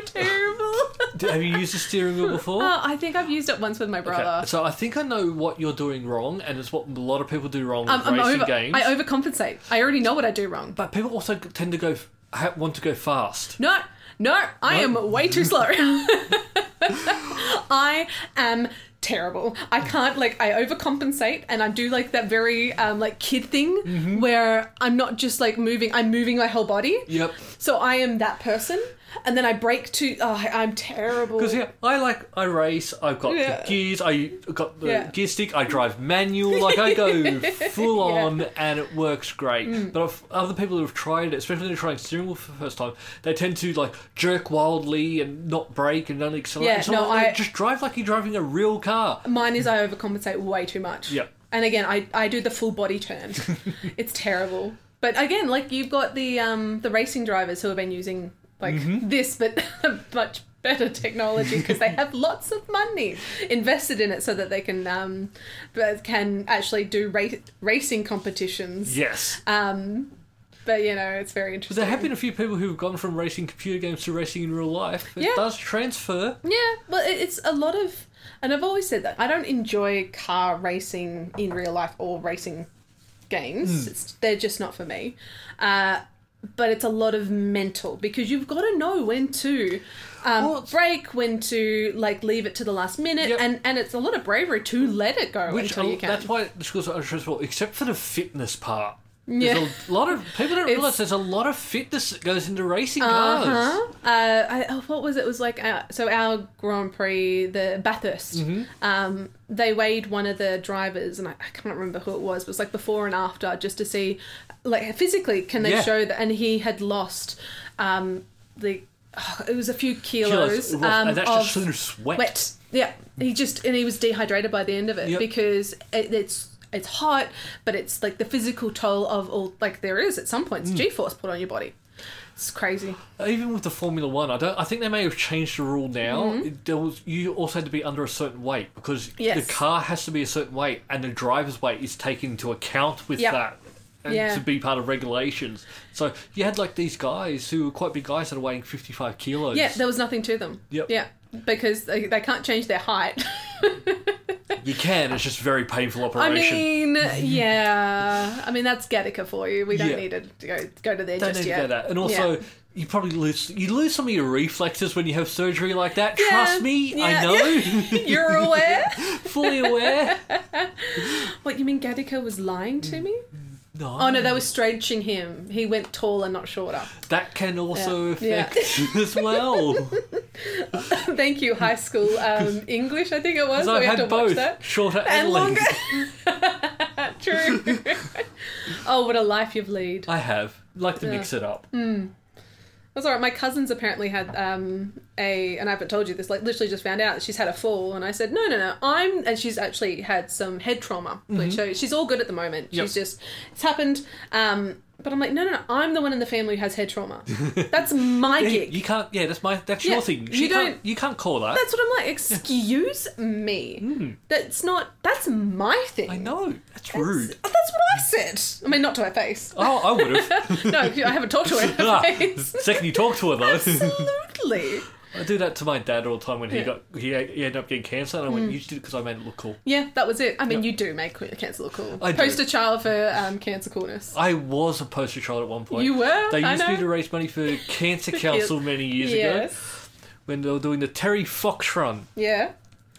S3: terrible.
S2: have you used a steering wheel before?
S3: Uh, I think I've used it once with my
S2: Okay,
S3: brother.
S2: So I think I know what you're doing wrong, and it's what a lot of people do wrong
S3: Um,
S2: with
S3: I'm
S2: racing
S3: over.
S2: games.
S3: I overcompensate. I already know what I do wrong.
S2: But people also tend to go ha- want to go fast.
S3: No, no, I
S2: No?
S3: am way too slow. I am terrible. I can't like I overcompensate and I do like that very um, like kid thing where I'm not just like moving. I'm moving my whole body.
S2: Yep.
S3: So I am that person, and then I break to. Oh, I- I'm terrible.
S2: Because yeah, I like I race. I've got
S3: Yeah.
S2: the gears. I got the
S3: Yeah.
S2: gear stick. I drive manual. Like I go full on, and it works great.
S3: Mm.
S2: But if other people who have tried it, especially they're trying steering wheel for the first time, they tend to like jerk wildly and not brake and not accelerate.
S3: Yeah,
S2: It's
S3: no,
S2: not like,
S3: I- Um,
S2: just drive like you're driving a real car.
S3: Mine is I overcompensate way too much.
S2: Yep.
S3: And again, I, I do the full body turn. it's terrible. But again, like you've got the um the racing drivers who have been using like
S2: Mm-hmm.
S3: this, but much better technology because they have lots of money invested in it so that they can um but can actually do ra- racing competitions.
S2: Yes.
S3: Um, but you know, it's very
S2: But
S3: interesting.
S2: there have been a few people who've gone from racing computer games to racing in real life. It
S3: Yeah.
S2: does transfer.
S3: Yeah, well, it- it's a lot of, and I've always said that I don't enjoy car racing in real life or racing
S2: Hmm.
S3: games. It's, they're just not for me. Uh, but it's a lot of mental because you've got to know when to um,
S2: Well, it's-
S3: break, when to like leave it to the last minute,
S2: Yep.
S3: and and it's a lot of bravery to let it go
S2: Which
S3: until
S2: a-
S3: you can.
S2: that's why the schools are stressful, except for the fitness part.
S3: Yeah.
S2: There's a lot of people don't
S3: It's-
S2: realize there's a lot of fitness that goes into racing cars.
S3: Uh-huh. Uh I oh What was it? It was like uh, so our Grand Prix, the Bathurst.
S2: Mm-hmm.
S3: Um, they weighed one of the drivers, and I, I can't remember who it was. But it was like before and after, just to see, like physically, can they
S2: Yeah.
S3: show that? And he had lost, um, the oh, it was a few kilos,
S2: Kilos, rough,
S3: um,
S2: and that's
S3: of
S2: just through sweat.
S3: wet. Yeah, he just and he was dehydrated by the end of it
S2: Yep.
S3: because it, it's it's hot, but it's like the physical toll of all like there is at some
S2: Mm.
S3: points G force put on your body. It's crazy.
S2: Even with the Formula One, I don't. I think they may have changed the rule now. It- There was, you also had to be under a certain weight because
S3: Mm-hmm. Yes.
S2: the car has to be a certain weight, and the driver's weight is taken into account with
S3: Yep.
S2: that. And
S3: Yeah.
S2: to be part of regulations, so you had like these guys who were quite big guys that are weighing fifty-five kilos.
S3: Yeah, there was nothing to them.
S2: Yep.
S3: Yeah, because they, they can't change their height.
S2: you can. It's just a very painful
S3: I
S2: operation.
S3: mean, yeah. I mean, that's Gattaca for you. We don't
S2: Yeah.
S3: need to go, go to there
S2: Don't
S3: just
S2: need
S3: yet.
S2: to go that. And also,
S3: Yeah.
S2: you probably lose you lose some of your reflexes when you have surgery like that.
S3: Yeah,
S2: Trust me, I
S3: yeah,
S2: know,
S3: You're aware?
S2: fully aware.
S3: what, you mean Gattaca was lying to me?
S2: No,
S3: Oh, no, they were stretching him. He went taller, not shorter.
S2: that can also
S3: Yeah.
S2: affect as well.
S3: Thank you, high school um, English, I think it was.
S2: Because
S3: where
S2: I've
S3: we had to
S2: had both
S3: watch that.
S2: shorter and,
S3: And
S2: longer.
S3: longer. True. oh, what a life you've lead.
S2: I have like to mix it up.
S3: Mm. That's all right. My cousins apparently had um, a a, and I haven't told you this, like literally just found out that she's had a fall, and I said, no, no, no, I'm, and she's actually had some head trauma. Like, so she's all good at the moment.
S2: Mm-hmm. Yep.
S3: She's just, it's happened. Um, but I'm like, no, no, no, I'm the one in the family who has head trauma. That's my gig.
S2: You can't. Yeah, that's my. That's
S3: Yeah,
S2: your thing.
S3: you
S2: She can't,
S3: don't-
S2: You can't call that.
S3: That's what I'm like. Excuse me. That's not. That's my thing.
S2: Mm. I know. That's rude.
S3: That's what I said. I mean, not to her face.
S2: Oh, I would have.
S3: no, I haven't talked to her in her
S2: Ah,
S3: face.
S2: second you talk to her though,
S3: Absolutely.
S2: I do that to my dad all the time when he
S3: Yeah. Mm.
S2: got he, he ended up getting cancer, and I went, "You just did it because I made it look cool."
S3: Yeah, that was it. I mean, you do make cancer look cool.
S2: I do.
S3: Poster child for um, cancer coolness.
S2: I was a poster child at one point.
S3: You were?
S2: They
S3: I
S2: used me
S3: know.
S2: to raise money for Cancer Council many years ago
S3: Yes.
S2: when they were doing the Terry Fox run.
S3: Yeah.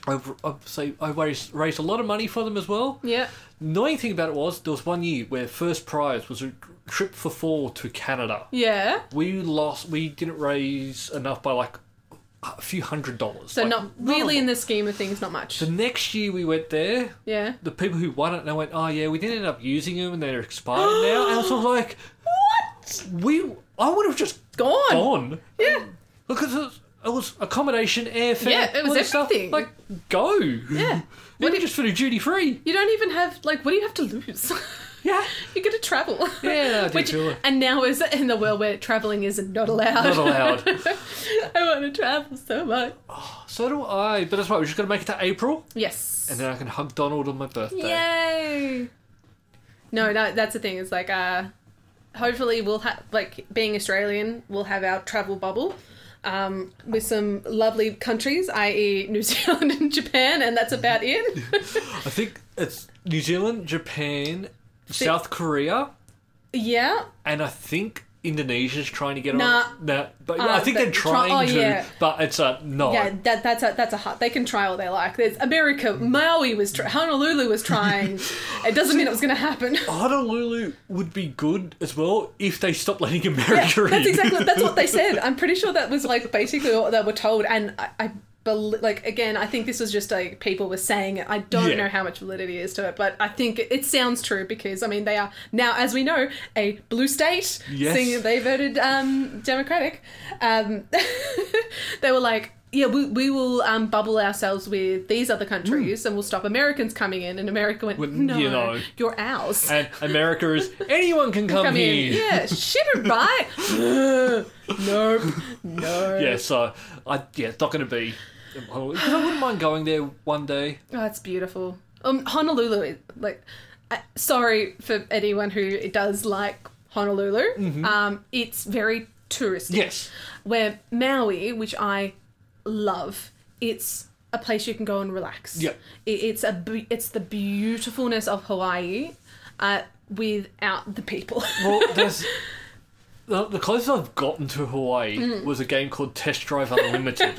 S2: I, I say I raised, raised a lot of money for them as well.
S3: Yeah.
S2: Annoying thing about it was there was one year where first prize was a trip for four to Canada.
S3: Yeah.
S2: We lost. We didn't raise enough by like a few hundred dollars.
S3: So
S2: Like,
S3: not really
S2: a
S3: in
S2: lot.
S3: the scheme of things, not much.
S2: The next year we went there.
S3: Yeah.
S2: The people who won it, they went, "Oh yeah, we didn't end up using them, and they're expired now." And I was sort of like,
S3: What?
S2: "We, I would have just
S3: Gone.
S2: gone."
S3: Yeah.
S2: Because it was, it was accommodation, airfare.
S3: Yeah, it was
S2: all that stuff.
S3: everything.
S2: Like, go.
S3: Yeah.
S2: What did just for the duty free?
S3: You don't even have like. What do you have to lose?
S2: Yeah.
S3: You're gonna travel.
S2: Yeah, I do
S3: Which,
S2: feel it.
S3: and now is in the world where traveling is not allowed.
S2: Not allowed.
S3: I want to travel so much.
S2: so do I. But that's right. We're just gonna make it to April,
S3: Yes.
S2: and then I can hug Donald on my birthday.
S3: Yay! No, no, that's the thing. Is like, uh, hopefully we'll have like being Australian, we'll have our travel bubble. Um, with some lovely countries, i.e., New Zealand and Japan, and that's about it.
S2: I think it's New Zealand, Japan, South Korea,
S3: yeah,
S2: and I think Indonesia's trying to get
S3: Nah.
S2: on. Nah, but
S3: Uh,
S2: I think
S3: but
S2: they're
S3: try-
S2: trying
S3: oh,
S2: to.
S3: yeah.
S2: But it's a no.
S3: yeah, that, that's a that's a hut. They can try all they like. There's America, Maui was tr- Honolulu was trying. it doesn't mean it was going to happen.
S2: Honolulu would be good as well if they stopped letting
S3: Yeah,
S2: America in.
S3: that's exactly that's what they said. I'm pretty sure that was like basically what they were told, and I, I bel like again, I think this was just like people were saying it. I don't
S2: Yeah.
S3: know how much validity is to it, but I think it, it sounds true because I mean they are now, as we know, a blue state.
S2: Yes.
S3: seeing that they voted um, Democratic. Um, they were like. Yeah, we, we will um, bubble ourselves with these other countries and we'll stop Americans coming in. And America went,
S2: Hmm. Well, you
S3: no, you
S2: know.
S3: are ours.
S2: and America is anyone can come,
S3: Come
S2: here.
S3: in. Yeah, shit it right. nope. No.
S2: Yeah, so uh, I yeah, it's not going to be. Because I wouldn't mind going there one day.
S3: Oh, it's beautiful. Um, Honolulu, is- like, I, sorry for anyone who does like Honolulu.
S2: Mm-hmm.
S3: Um, it's very touristy.
S2: Yes.
S3: Where Maui, which I love, it's a place you can go and relax.
S2: Yeah.
S3: It, it's a bu- it's the beautifulness of Hawaii, uh, without the people.
S2: Well, there's the, the closest I've gotten to Hawaii
S3: Mm.
S2: was a game called Test Drive Unlimited.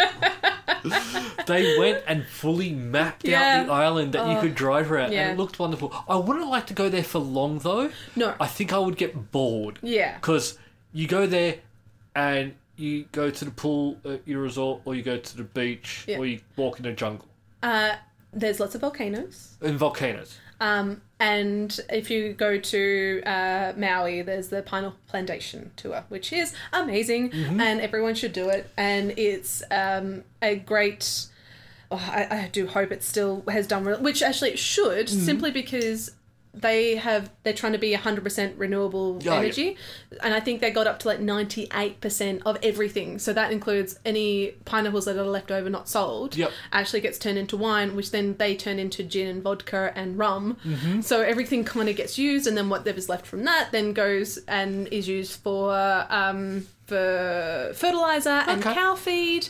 S2: they went and fully mapped
S3: Yeah. Oh.
S2: out the island that you could drive around,
S3: yeah.
S2: and it looked wonderful. I wouldn't like to go there for long though.
S3: No.
S2: I think I would get bored.
S3: Yeah.
S2: because you go there and you go to the pool at your resort, or you go to the beach,
S3: Yeah.
S2: or you walk in the jungle
S3: uh, there's lots of volcanoes.
S2: and volcanoes.
S3: Um, and if you go to uh, Maui, there's the Pineapple Plantation tour, which is amazing,
S2: Mm-hmm.
S3: and everyone should do it. And it's um, a great. oh, I, I do hope it still has done, re- which actually it should,
S2: Mm-hmm.
S3: simply because they have they're trying to be 100% renewable
S2: Oh, Yeah, yeah.
S3: energy and i think they got up to like 98% of everything so that includes any pineapples that are left over not sold
S2: Yep.
S3: actually gets turned into wine, which then they turn into gin and vodka and rum.
S2: Mm-hmm.
S3: So everything kind of gets used, and then whatever's left from that then goes and is used for um, for fertilizer and
S2: Okay.
S3: cow feed.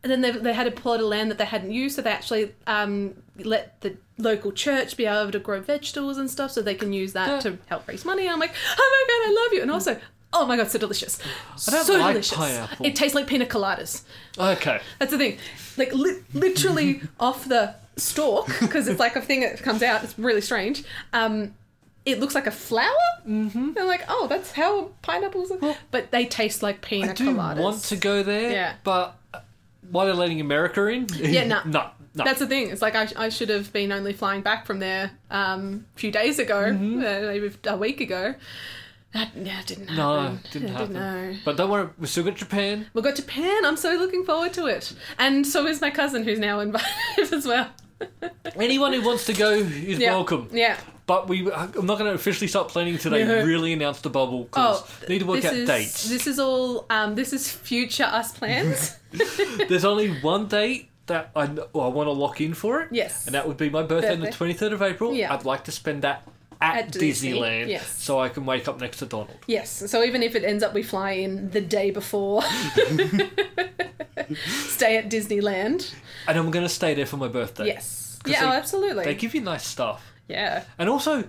S3: And then they, they had a plot of land that they hadn't used, so they actually um, let the local church be able to grow vegetables and stuff, so they can use that
S2: Yeah. Mm.
S3: to help raise money. And I'm like, oh my god, I love you, and also. Oh my god, so delicious! I
S2: don't
S3: so
S2: like
S3: delicious.
S2: pineapple.
S3: It tastes like pina coladas.
S2: Okay,
S3: That's the thing. Like li- literally off the stalk because it's like a thing that comes out. It's really strange. Um, it looks like a flower. Mm-hmm. They're like, oh, that's how pineapples are. But they taste like pina
S2: I do
S3: coladas.
S2: want to go there,
S3: Yeah.
S2: but uh, why they're letting America in?
S3: Yeah, no.
S2: no, no.
S3: That's the thing. It's like I, I should have been
S2: Mm-hmm.
S3: only flying back from there um, a few days ago, uh, maybe a week ago. That yeah, didn't happen.
S2: No, didn't happen.
S3: No.
S2: But don't worry, we still got Japan.
S3: We've got Japan. I'm so looking forward to it. And so is my cousin, who's now invited as well.
S2: Anyone who wants to go is
S3: Yeah.
S2: welcome.
S3: Yeah.
S2: But we, uh, I'm not going to officially start planning today.
S3: No. Oh,
S2: Really announce the bubble because need to work
S3: this
S2: out
S3: is,
S2: dates.
S3: This is all. Um, this is future us plans.
S2: There's only one date that I, kn- well, I want to lock in for it.
S3: Yes.
S2: And that would be my birthday, on the
S3: Birthday.
S2: 23rd of April.
S3: Yeah.
S2: I'd like to spend that at,
S3: At Disney,
S2: Disneyland
S3: yes.
S2: so I can wake up next to Donald.
S3: yes. So even if it ends up we fly in the day before, stay at Disneyland.
S2: And I'm going to stay there for my birthday.
S3: Yes.
S2: 'Cause
S3: Yeah. oh,
S2: they-
S3: absolutely.
S2: They give you nice stuff.
S3: yeah.
S2: And also,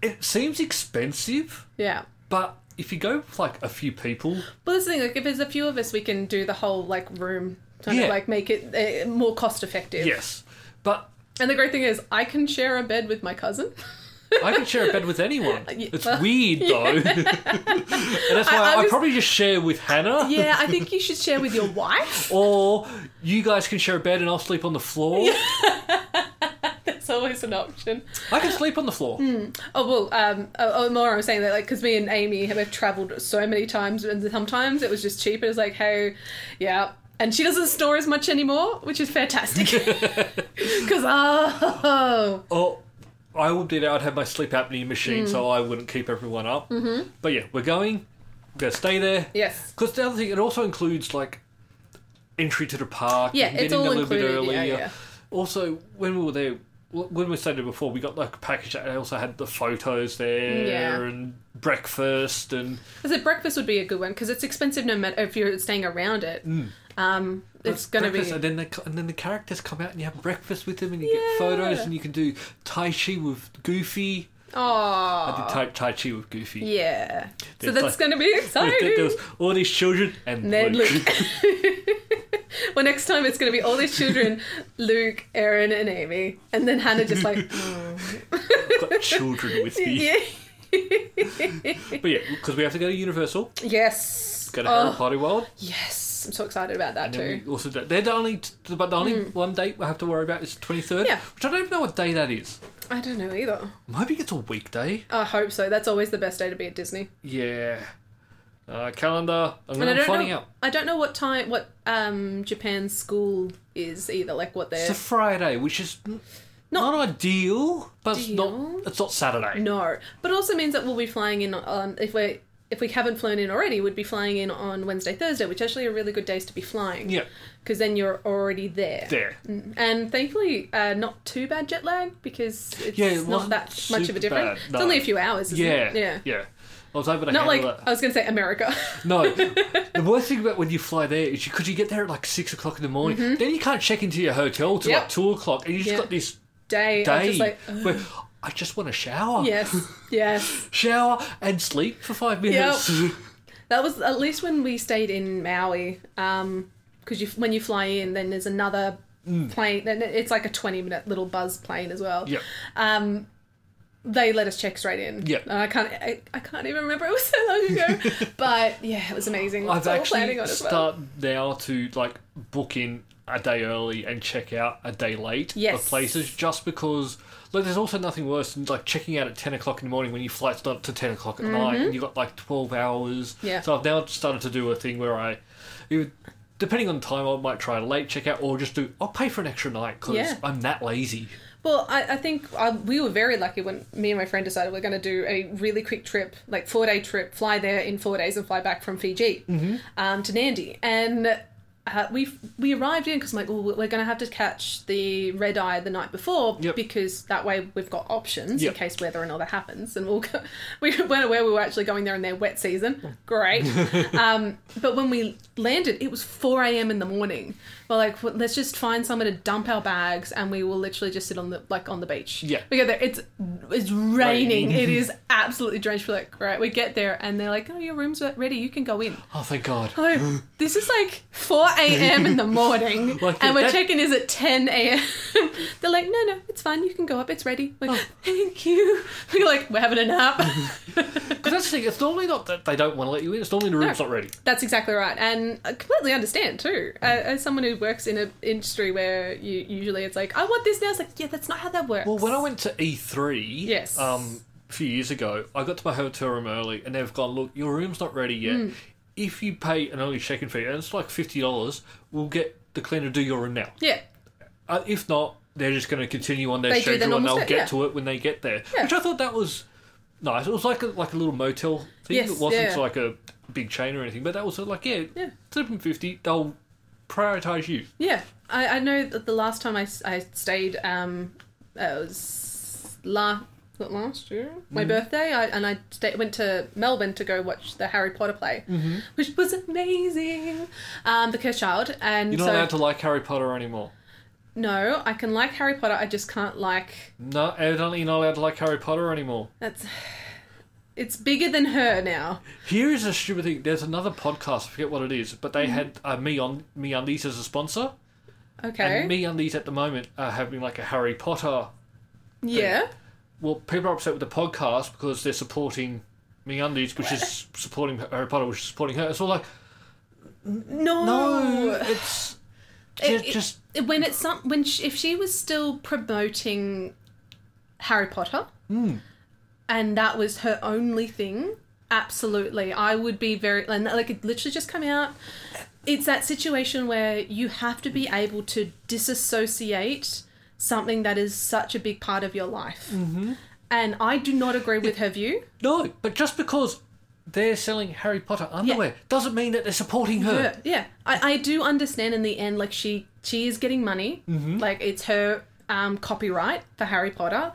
S2: it seems expensive,
S3: Yeah.
S2: but if you go with like a few people,
S3: Well, that's the thing. Like, if there's a few of us, we can do the whole like room. Kind
S2: Yeah.
S3: of like make it uh, more cost effective.
S2: yes. But
S3: And the great thing is, I can share a bed with my cousin.
S2: I can share a bed with anyone.
S3: Yeah,
S2: It's
S3: well,
S2: weird though. and that's why
S3: I- I
S2: I,
S3: was-
S2: probably just share with Hannah.
S3: Yeah, I think you should share with your wife.
S2: Or you guys can share a bed and I'll sleep on the floor.
S3: That's always an option.
S2: I can sleep on the floor.
S3: Oh well, um, oh, oh, more I'm saying that like because me and Amy have, have travelled so many times, and sometimes it was just cheaper. It's like, hey, yeah, and she doesn't snore as much anymore, which is fantastic. Because oh,
S2: Or I would do that. I'd have my sleep apnea machine
S3: Mm.
S2: so I wouldn't keep everyone up. Mm-hmm. But yeah, we're going. We're going to stay there.
S3: yes,
S2: Because the other thing, it also includes like entry to the park.
S3: Yeah,
S2: and
S3: it's
S2: getting
S3: all
S2: a little bit
S3: included, yeah,
S2: earlier.
S3: yeah.
S2: Also, when we were there, wh- when we stayed there before, we got like a package that also had the photos there
S3: Yeah.
S2: and breakfast and
S3: I said breakfast would be a good one because it's expensive no matter if you're staying around it. Um, it's gonna be
S2: Mm. breakfast, and then the co- and then the characters come out and you have breakfast with them and you get
S3: Yeah.
S2: photos and you can do tai chi with Goofy.
S3: oh
S2: I did tai, tai chi with Goofy.
S3: yeah. So
S2: There's
S3: that's
S2: like-
S3: gonna be
S2: There-
S3: exciting.
S2: there was all these children and
S3: Ned,
S2: Luke.
S3: Luke. well, next time it's going to be all these children Luke, Aaron, and Amy. And then Hannah just like,
S2: got children with me.
S3: yeah.
S2: But yeah, because we have to go to Universal,
S3: yes.
S2: go to
S3: oh,
S2: Harry Potter World,
S3: yes. I'm so excited about that
S2: And
S3: too.
S2: then we also do- they're the only t- but the only one date we have to worry about is twenty third,
S3: Mm. Yeah.
S2: which I don't even know what day that is.
S3: I don't know either.
S2: I'm hoping it's a weekday.
S3: I hope so. That's always the best day to be at Disney.
S2: Yeah, uh, calendar. I'm
S3: And I
S2: gonna
S3: don't
S2: finding
S3: know.
S2: out.
S3: I don't know what time what um Japan's school is either. Like what
S2: It's a
S3: they're
S2: Friday, which is n- not, ideal, but it's
S3: Deal?
S2: not. It's not Saturday.
S3: no, but also means that we'll be flying in on if we are if we haven't flown in already, we'd be flying in on Wednesday, Thursday, which actually are really good days to be flying.
S2: Yeah,
S3: because then you're already there. Mm.
S2: there.
S3: And thankfully, uh, not too bad jet lag because it's
S2: Yeah, it
S3: not
S2: wasn't
S3: that much of
S2: super
S3: a difference.
S2: bad,
S3: It's
S2: no.
S3: only a few hours, isn't
S2: Yeah,
S3: it? Yeah.
S2: yeah. I was hoping to
S3: Not like,
S2: handle
S3: I was going to say America.
S2: that. No, the worst thing about when you fly there is because you, get there at like six o'clock in the morning, then you can't check into your hotel till
S3: Mm-hmm. Yep.
S2: like two o'clock, and you just
S3: Yeah.
S2: got this
S3: Day. I was
S2: day
S3: just like, "Ugh."
S2: where I just want to shower.
S3: yes, yes.
S2: shower and sleep for five minutes.
S3: That was at least when we stayed in Maui. Um, because you, when you fly in, then there's another
S2: Mm.
S3: plane. Then it's like a 20 minute little buzz plane as well.
S2: yep.
S3: um they let us check straight in.
S2: Yeah.
S3: And I can't I, I can't even remember it was so long ago. but yeah, it was amazing.
S2: I've
S3: That's what we're planning
S2: actually
S3: on as well.
S2: start now to like book in a day early and check out a day late
S3: Yes.
S2: of places just because like there's also nothing worse than like checking out at ten o'clock in the morning when your flight's not to ten o'clock at night and you got like twelve hours.
S3: Mm-hmm. Yeah.
S2: So I've now started to do a thing where I even- Depending on time, I might try a late checkout or just do. I'll pay for an extra night because
S3: Yeah.
S2: I'm that lazy.
S3: Well, I, I think uh we were very lucky when me and my friend decided we are going to do a really quick trip, like four day trip, fly there in four days and fly back from Fiji
S2: Mm-hmm.
S3: um, to Nandi. And uh, we we arrived in because I'm like, well, we're going to have to catch the red eye the night before
S2: Yep.
S3: because that way we've got options
S2: Yep.
S3: in case weather and all that happens. And we'll go, we weren't aware we were actually going there in their wet
S2: Oh.
S3: season. Great. um, but when we landed, it was 4 a.m. in the morning. We're like, well, let's just find somewhere to dump our bags, and we will literally just sit on the like on the beach.
S2: Yeah.
S3: We go there. It's it's raining. it is absolutely drenched. We're like, right. We get there, and they're like, oh, your room's ready. You can go in.
S2: Oh, thank God.
S3: Oh, this is like 4 a.m. in the morning,
S2: Like
S3: and we're
S2: that-
S3: checking is at 10 a.m. They're like, no, no, it's fine. You can go up. It's ready. We're
S2: Oh.
S3: like, thank you. We're like, we're having a nap.
S2: Because that's the thing. It's normally not that they don't want to let you in. It's normally the room's
S3: No.
S2: not ready.
S3: That's exactly right, and I completely understand too.
S2: Mm.
S3: Uh, as someone who works in an industry where you usually it's like, I want this now. It's like, yeah, that's not how that works.
S2: Well, when I went to E3,
S3: Yes.
S2: E um, few years ago, I got to my hotel room early and they've gone, look, your room's not ready yet.
S3: Mm.
S2: If you pay an early check-in fee, and it's like $50, we'll get the cleaner to do your room now.
S3: Yeah.
S2: Uh, if not, they're just going to continue on their
S3: They do their
S2: schedule and
S3: normal
S2: they'll
S3: set,
S2: get
S3: yeah.
S2: to it when they get there.
S3: Yeah.
S2: Which I thought that was nice. It was like a, like a little motel thing.
S3: Yes,
S2: it wasn't
S3: yeah.
S2: like a big chain or anything, but that was sort of like, yeah,
S3: Yeah.
S2: tip them 50 they'll prioritise you.
S3: Yeah, I, I know that the last time I, s- I stayed, um, uh, it was la- what, last year,
S2: Mm-hmm.
S3: my birthday, I, and I stayed, went to Melbourne to go watch the Harry Potter play,
S2: Mm-hmm.
S3: which was amazing. Um, the Cursed Child, and
S2: You're not
S3: so
S2: allowed to like Harry Potter anymore.
S3: no, I can like Harry Potter, I just can't like
S2: No, evidently you're not allowed to like Harry Potter anymore.
S3: that's. It's bigger than her now.
S2: Here is a stupid thing. There's another podcast. I forget what it is, but
S3: Mm-hmm.
S2: they had uh, me on me undies as a sponsor,
S3: Okay.
S2: and me undies at the moment are having like a Harry Potter.
S3: yeah.
S2: Well, people are upset with the podcast because they're supporting me undies, which is supporting Harry Potter, which is supporting her. It's all like
S3: No.
S2: no, it's ju-
S3: It- it-
S2: just
S3: when it's some when she, if she was still promoting Harry Potter and that was her only thing absolutely I would be very and like it literally just come out it's that situation where you have to be able to disassociate something that is such a big part of your life and I do not agree with her view
S2: no. But just because they're selling Harry Potter underwear doesn't mean that they're supporting her.
S3: But, yeah I, I do understand in the end like she she is getting money like it's her um, copyright for harry potter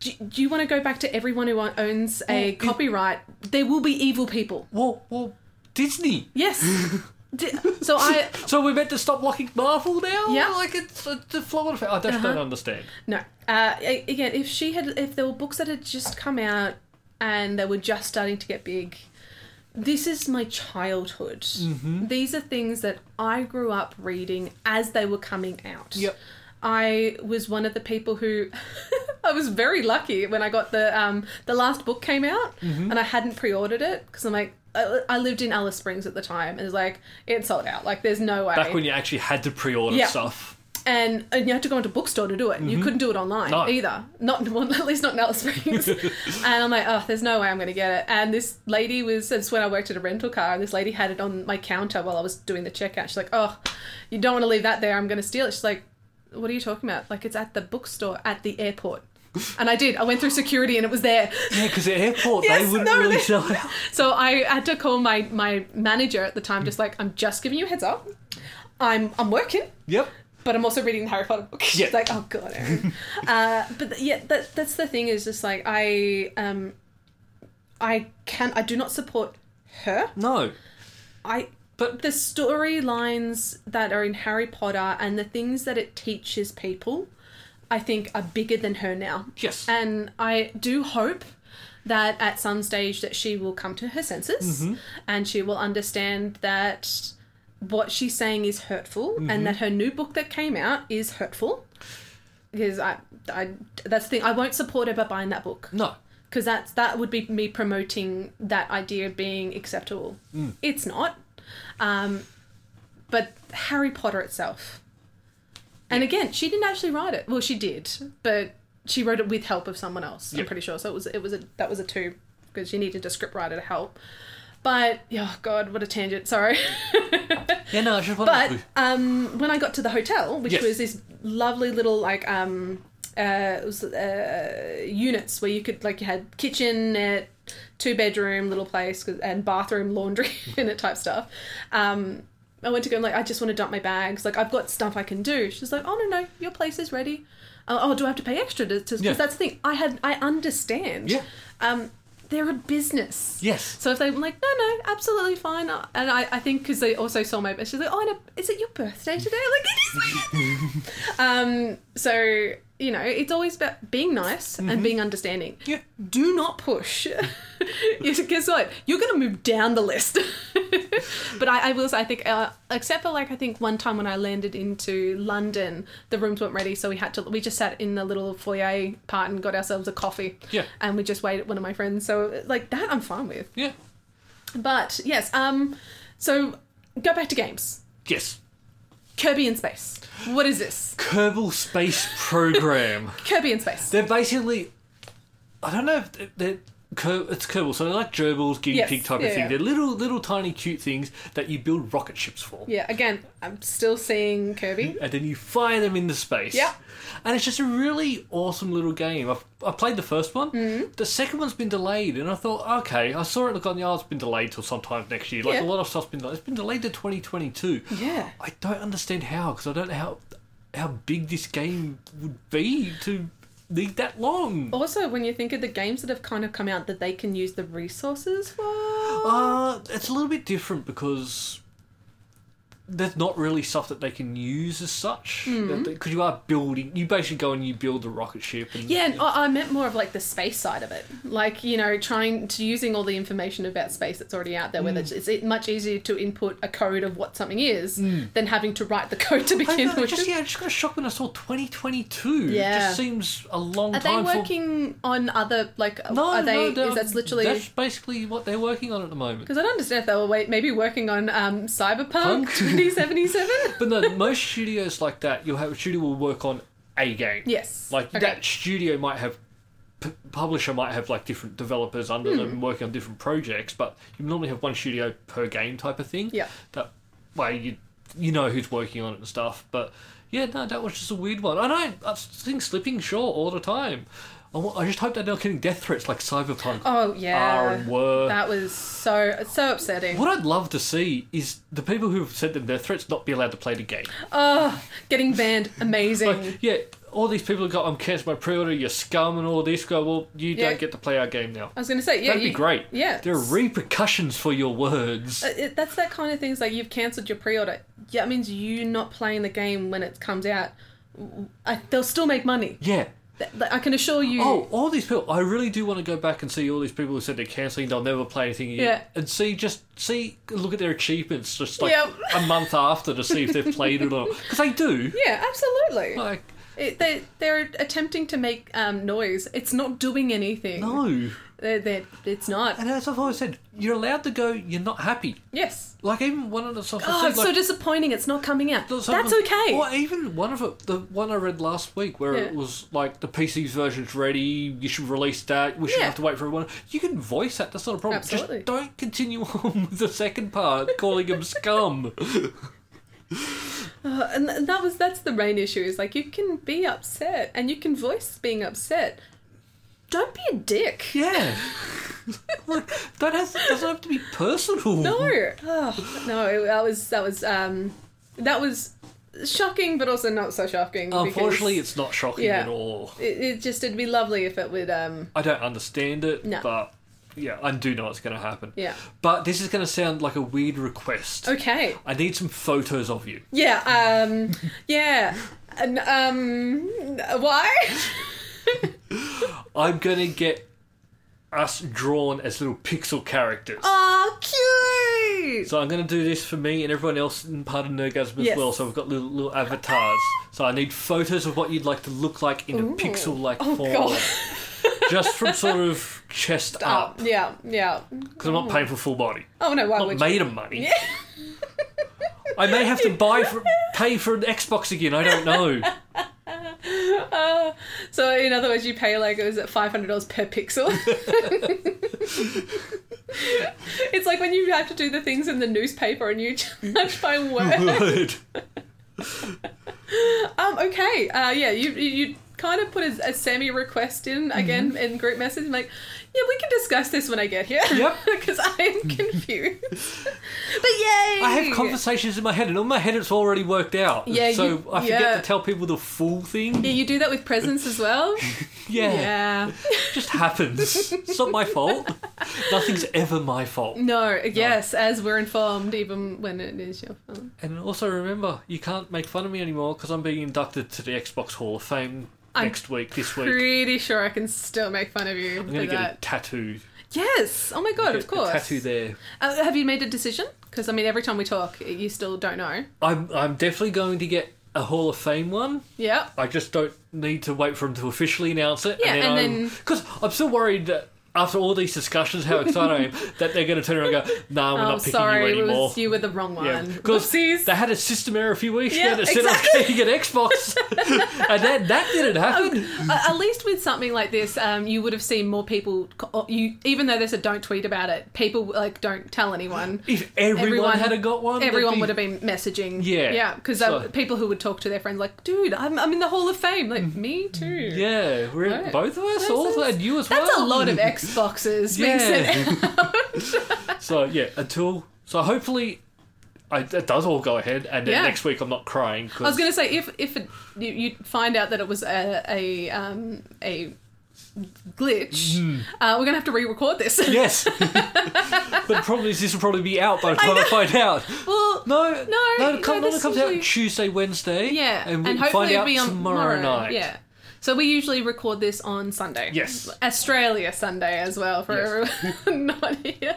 S3: do, do you want to go back to everyone who o- owns a
S2: it-
S3: copyright there will be evil people
S2: Well, well, Disney.
S3: yes D- so i
S2: So we're meant to stop liking Marvel now?
S3: Yeah. Uh-huh.
S2: Like it's, it's a flawed effect. I just don't understand.
S3: no uh, a- again if she had if there were books that had just come out and they were just starting to get big this is my childhood
S2: Mm-hmm.
S3: these are things that i grew up reading as they were coming out I was one of the people who I was very lucky when I got the um, the last book came out
S2: Mm-hmm.
S3: and I hadn't pre-ordered it because I'm like I, I lived in Alice Springs at the time and it's like it's sold out like there's no way
S2: Back when you actually had to pre-order
S3: Yeah.
S2: stuff.
S3: and and you had to go into a bookstore to do it you couldn't do it online
S2: No.
S3: either not well, at least not in Alice Springs and I'm like oh there's no way I'm gonna get it and this lady was it's when I worked at a rental car and this lady had it on my counter while I was doing the checkout she's like oh you don't want to leave that there I'm gonna steal it she's like what are you talking about? Like it's at the bookstore at the airport. And I did. I went through security and it was there.
S2: Yeah, because at airport
S3: Yes,
S2: they wouldn't
S3: no,
S2: really
S3: they-
S2: sell out.
S3: So I had to call my my manager at the time, just like I'm just giving you a heads up. I'm I'm working,
S2: Yep.
S3: but I'm also reading the Harry Potter book. She's
S2: Yeah.
S3: like, oh god. Erin." uh, but th- yeah, that that's the thing is just like I um I can I do not support her.
S2: No.
S3: I
S2: But
S3: the storylines that are in Harry Potter and the things that it teaches people, I think, are bigger than her now.
S2: yes.
S3: And I do hope that at some stage that she will come to her senses
S2: Mm-hmm.
S3: and she will understand that what she's saying is hurtful
S2: Mm-hmm.
S3: and that her new book that came out is hurtful. Because I, I, that's the thing. I won't support her by buying that book
S2: no.
S3: because that's that would be me promoting that idea of being acceptable. It's not. Um, but Harry Potter itself, and again, she didn't actually write it. Well, she did, but she wrote it with help of someone else.
S2: Yeah.
S3: I'm pretty sure. So it was it was a that was a two because she needed a scriptwriter to help. But oh god, what a tangent! Sorry.
S2: Yeah, no, I just
S3: But
S2: wondered.
S3: um, when I got to the hotel, which
S2: Yes.
S3: was this lovely little like um, uh, it was uh, units where you could like you had kitchen, uh, two bedroom little place 'cause- and bathroom, laundry, and it type stuff. Um, I went to go and like I just want to dump my bags. Like I've got stuff I can do. She's like, oh no no, your place is ready. Uh, oh, do I have to pay extra? to Because
S2: Yeah.
S3: that's the thing. I had I understand.
S2: Yeah.
S3: Um, they're a business.
S2: yes.
S3: So if they were like, no, no, absolutely fine. uh, And I, I think because they also saw my, she's like, oh, and a, is it your birthday today? I'm like, it is my birthday. um, so, you know, it's always about being nice and being understanding.
S2: Mm-hmm. Yeah.
S3: Do not push. Yes, Guess what? You're going to move down the list. but I, I will say, I think, uh, except for like, I think one time when I landed into London, the rooms weren't ready. So we had to, we just sat in the little foyer part and got ourselves a coffee.
S2: Yeah.
S3: And we just waited one of my friends. So, like, that I'm fine with.
S2: Yeah.
S3: But yes, um, so go back to games.
S2: Yes.
S3: Kirby in space. What is this?
S2: Kerbal Space Program.
S3: Kirby in space.
S2: They're basically I don't know if they- they're. Ker- It's Kerbal, so they're like gerbils, guinea
S3: Yes,
S2: pig type
S3: yeah,
S2: of thing.
S3: yeah.
S2: They're little, little, tiny, cute things that you build rocket ships for.
S3: Yeah, again, I'm still seeing Kirby.
S2: and then you fire them into space.
S3: Yeah.
S2: And it's just a really awesome little game. I've, I played the first one.
S3: Mm-hmm.
S2: The second one's been delayed, and I thought, okay, I saw it look on the oh, it's been delayed till sometime next year. Like a
S3: Yeah.
S2: lot of stuff's been delayed. It's been delayed to 2022.
S3: Yeah.
S2: I don't understand how, because I don't know how, how big this game would be to need that long.
S3: Also, when you think of the games that have kind of come out that they can use the resources for,
S2: Uh, it's a little bit different because there's not really stuff that they can use as such.
S3: Mm-hmm.
S2: Because you are building, you basically go and you build the rocket ship. And
S3: yeah, and I I meant more of like the space side of it, like you know, trying to using all the information about space that's already out there. Where
S2: Mm.
S3: it's it's it- much easier to input a code of what something is than having to write the code to
S2: I
S3: begin
S2: know,
S3: with.
S2: Mm. just yeah, I just got shocked when I saw 2022.
S3: Yeah.
S2: it just seems a long
S3: Are they
S2: time.
S3: working on other like?
S2: For... No,
S3: are they?
S2: no, they're-
S3: is that's literally
S2: that's basically what they're working on at the moment.
S3: because I don't understand if they were wait, maybe working on um, Cyberpunk
S2: Punk?
S3: 2077.
S2: But no, most studios like that, you'll have a studio will work on a game.
S3: yes,
S2: Like
S3: Okay.
S2: that studio might have p- publisher might have like different developers under them
S3: Hmm.
S2: working on different projects, but you normally have one studio per game type of thing.
S3: Yeah.
S2: That way you you know who's working on it and stuff. But yeah, no, that was just a weird one. I know I think slipping short all the time. I wa- I just hope they're not getting death threats like Cyberpunk
S3: Oh
S2: are
S3: yeah,
S2: and were.
S3: that was so so upsetting.
S2: what I'd love to see is the people who've sent them death threats not be allowed to play the game.
S3: Oh, getting banned, amazing.
S2: Like, yeah, all these people have got, I'm canceling my pre order, you're scum, and all this. Go, well, you
S3: Yeah.
S2: don't get to play our game now.
S3: I was gonna say yeah,
S2: That'd
S3: you,
S2: be great.
S3: Yeah,
S2: There are repercussions for your words.
S3: Uh, it, that's that kind of things like you've cancelled your pre-order. Yeah, it means you not playing the game when it comes out. I, they'll still make money.
S2: yeah.
S3: Th- th- I can assure you.
S2: Oh, all these people. I really do want to go back and see all these people who said they're cancelling, they'll never play anything again.
S3: Yeah.
S2: And see, just see, look at their achievements just like
S3: Yep.
S2: a month after to see if they've played it or not. Because they do.
S3: yeah, absolutely.
S2: Like,
S3: It, they they're attempting to make um, noise. It's not doing anything.
S2: no.
S3: They're, they're, it's not.
S2: And as I've always said, you're allowed to go, you're not happy.
S3: Yes.
S2: Like, even one of the stuff I
S3: Oh,
S2: said,
S3: it's
S2: like, Oh,
S3: so disappointing. It's not coming out.
S2: There's
S3: That's
S2: something-
S3: okay.
S2: Or even one of it, the one I read last week, where it
S3: Yeah.
S2: was like the PC version's ready, you should release that, we shouldn't
S3: Yeah.
S2: have to wait for everyone. You can voice that. That's not a problem.
S3: Absolutely.
S2: Just don't continue on with the second part, calling them scum.
S3: Uh, and th- that was that's the main issue is like you can be upset and you can voice being upset don't be a dick
S2: Yeah. Look, that has, doesn't have to be personal.
S3: no
S2: Mm-hmm.
S3: oh, no it- that was that was um that was shocking but also not so shocking because
S2: Unfortunately, it's not shocking
S3: Yeah.
S2: at all.
S3: it, it just it'd be lovely if it would um
S2: I don't understand it,
S3: No.
S2: but yeah, I do know it's going to happen.
S3: Yeah.
S2: But this is going to sound like a weird request.
S3: okay
S2: I need some photos of you.
S3: yeah um yeah and um why
S2: I'm gonna get us drawn as little pixel characters.
S3: oh cute
S2: So I'm gonna do this for me and everyone else in part of Nerdgasm as
S3: Yes.
S2: well. So we've got little, little avatars. so I need photos of what you'd like to look like in a pixel-like
S3: oh
S2: form,
S3: god
S2: just from sort of chest up.
S3: yeah yeah
S2: Because I'm not paying for full body.
S3: oh no why
S2: I'm
S3: would
S2: not
S3: you
S2: made of money. I may have to buy for, pay for an Xbox again. I don't know.
S3: So in other words, you pay like it was at five hundred dollars per pixel. it's like when you have to do the things in the newspaper and you charge by word.
S2: Good.
S3: um, okay, uh, yeah, you you you kind of put a, a semi request in
S2: Mm-hmm.
S3: again in group message. like, yeah, we can discuss this when I get here.
S2: Yep.
S3: because I'm confused. but yay!
S2: I have conversations in my head, and in my head, it's already worked out.
S3: Yeah,
S2: so
S3: you-
S2: I forget
S3: yeah.
S2: to tell people the full thing.
S3: Yeah, you do that with presents as well. yeah.
S2: just happens. it's not my fault. Nothing's ever my fault.
S3: No, yes, as we're informed, even when it is your phone.
S2: And also remember, you can't make fun of me anymore because I'm being inducted to the Xbox Hall of Fame
S3: I'm
S2: next week. This week,
S3: pretty sure I can still make fun of you
S2: I'm
S3: for
S2: going to get a
S3: that.
S2: tattoo.
S3: Yes. Oh my god.
S2: Get
S3: Of course.
S2: a tattoo there.
S3: Uh, have you made a decision? Because I mean, every time we talk, you still don't know.
S2: I'm I'm definitely going to get a Hall of Fame one.
S3: Yep.
S2: I just don't need to wait for them to officially announce it.
S3: Yeah, and
S2: because I'm still worried that after all these discussions, how excited I am that they're going to turn around and go, "Nah, we're
S3: Oh,
S2: not picking
S3: sorry,
S2: you
S3: it
S2: anymore."
S3: was you were the wrong one.
S2: Yeah, because
S3: Oopsies.
S2: they had a system error a few weeks
S3: Yeah,
S2: ago that said I was getting an Xbox, and that that didn't happen.
S3: A- Uh, At least with something like this, um, you would have seen more people. co- uh, You even though they said don't tweet about it, people like don't tell anyone.
S2: If everyone, had a got one, that'd
S3: everyone
S2: be-
S3: would have been messaging.
S2: Yeah.
S3: yeah, because
S2: So-
S3: people who would talk to their friends like, "Dude, I'm, I'm in the Hall of Fame." Like, me too.
S2: Mm. Yeah, we're
S3: Right.
S2: both of us,
S3: That's-
S2: all of, and you as well.
S3: That's a lot of Xboxes being sent.
S2: so yeah, until so hopefully, I, it does all go ahead, and then
S3: Yeah.
S2: next week I'm not crying. 'cause-
S3: I was going to say if if it, you, you find out that it was a a um, a glitch,
S2: Mm-hmm.
S3: uh, we're going to have to re-record this.
S2: yes, but probably this will probably be out by the time I, find out.
S3: well,
S2: No,
S3: No,
S2: no,
S3: no,
S2: it comes,
S3: this
S2: it comes
S3: usually-
S2: out Tuesday, Wednesday.
S3: Yeah,
S2: and,
S3: and,
S2: we'll
S3: hopefully
S2: find
S3: it'll
S2: out
S3: be on
S2: tomorrow, night.
S3: Yeah. So we usually record this on Sunday.
S2: Yes.
S3: Australia Sunday as well for
S2: Yes.
S3: everyone not here.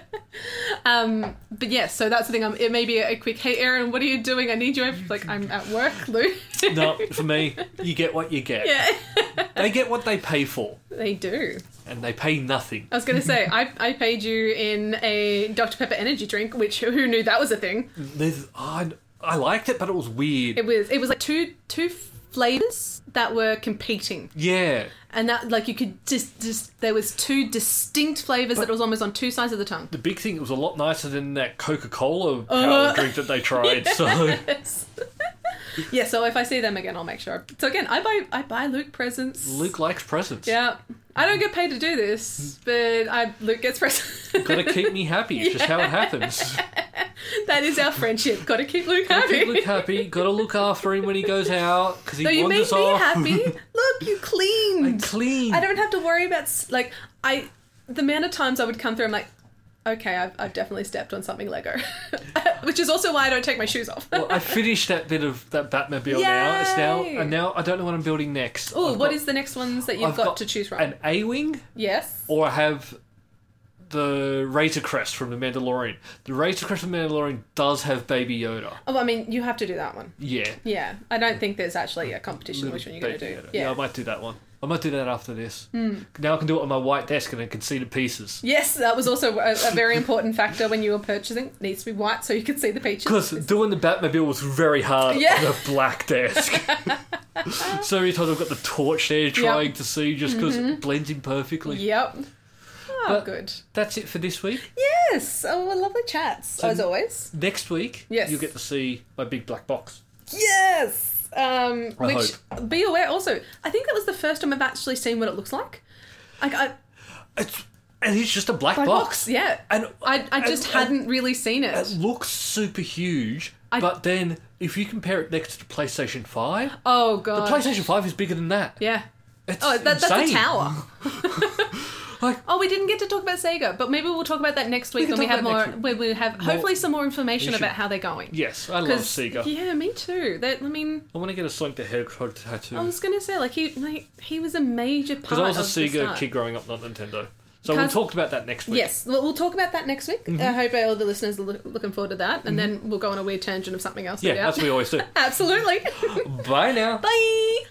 S3: Um, but yes, so that's the thing. Um, it may be a quick, hey, Aaron, what are you doing? I need you. over." Like, I'm at work, Lou.
S2: No, for me, you get what you get.
S3: Yeah.
S2: They get what they pay for,
S3: they do.
S2: and they pay nothing.
S3: I was going to say, I, I paid you in a Dr. Pepper energy drink, which who knew that was a thing?
S2: There's, I, I liked it, but it was weird.
S3: It was, it was like two, two flavors that were competing.
S2: yeah,
S3: and that like you could just just there was two distinct flavors that was almost on two sides of the tongue.
S2: the big thing it was a lot nicer than that Coca Cola
S3: Uh-huh.
S2: power drink that they tried. So
S3: Yeah, so if I see them again, I'll make sure. So again, I buy I buy Luke presents.
S2: Luke likes presents.
S3: Yeah, I don't get paid to do this, but I Luke gets presents.
S2: Gotta keep me happy. It's just how it happens.
S3: that is our friendship. Got to keep Luke happy.
S2: Keep Luke happy. Gotta look after him when he goes out because he
S3: No, you
S2: wanders
S3: made me
S2: off.
S3: happy. Look, you cleaned.
S2: Clean.
S3: I don't have to worry about s- like I the amount of times I would come through. I'm like, okay, I've, I've definitely stepped on something Lego, which is also why I don't take my shoes off.
S2: Well, I finished that bit of that Batmobile now. It's now
S3: Yay!
S2: and now I don't know what I'm building next.
S3: Oh,
S2: I've
S3: what
S2: got-
S3: is the next ones that you've
S2: I've
S3: got, to choose from?
S2: An A-wing,
S3: yes.
S2: or I have the Razor Crest from the Mandalorian. The Razor Crest from the Mandalorian does have Baby Yoda.
S3: Oh, I mean, you have to do that one.
S2: Yeah.
S3: Yeah, I don't think there's actually a competition which one you're going
S2: Baby
S3: to do.
S2: Yoda.
S3: Yeah. Hmm.
S2: I might do that one. I might do that after this. Now I can do it on my white desk and I can see the pieces.
S3: Yes, that was also a, a very important factor when you were purchasing. It needs to be white so you could see the
S2: Because
S3: peaches.
S2: doing the Batmobile was very hard
S3: Yeah.
S2: on a black desk. so many times I've got the torch there trying to see just because
S3: Mm-hmm.
S2: it blends in perfectly.
S3: Yep. Oh,
S2: But-
S3: good.
S2: That's it for this week.
S3: Yes. Oh, well, lovely chats as always.
S2: Next week,
S3: Yes.
S2: you'll get to see my big black box.
S3: Yes. Um,
S2: I
S3: which be aware also. I think that was the first time I've actually seen what it looks like. Like I,
S2: It's and it's just a black,
S3: my
S2: box.
S3: box. Yeah.
S2: And
S3: I, I just
S2: and-
S3: hadn't really seen it.
S2: It looks super huge,
S3: I-
S2: but then if you compare it next to PlayStation Five,
S3: oh god.
S2: PlayStation Five is bigger than that.
S3: Yeah.
S2: It's
S3: Oh, that, that's a
S2: insane.
S3: tower.
S2: Like-
S3: oh, we didn't get to talk about Sega, but maybe we'll talk about that next week
S2: can
S3: when we
S2: talk
S3: have
S2: about it
S3: more,
S2: next
S3: when we have hopefully some more information
S2: should-
S3: about how they're going.
S2: Yes, I love
S3: 'Cause-
S2: Sega.
S3: Yeah, me too. That I mean,
S2: I want to get a Sonic the Hedgehog tattoo
S3: I was gonna say like he like, he was a major part
S2: because I was a
S3: of the
S2: Sega
S3: start.
S2: kid growing up, not Nintendo. So
S3: uh, Because-
S2: we'll talk about that next week. Mm-hmm.
S3: Yes, we'll, we'll talk about that next week. I hope all the listeners are loo- looking forward to that, and then we'll go on a weird tangent of something else. no
S2: Yeah,
S3: doubt.
S2: that's what we always do.
S3: absolutely.
S2: Bye now.
S3: Bye.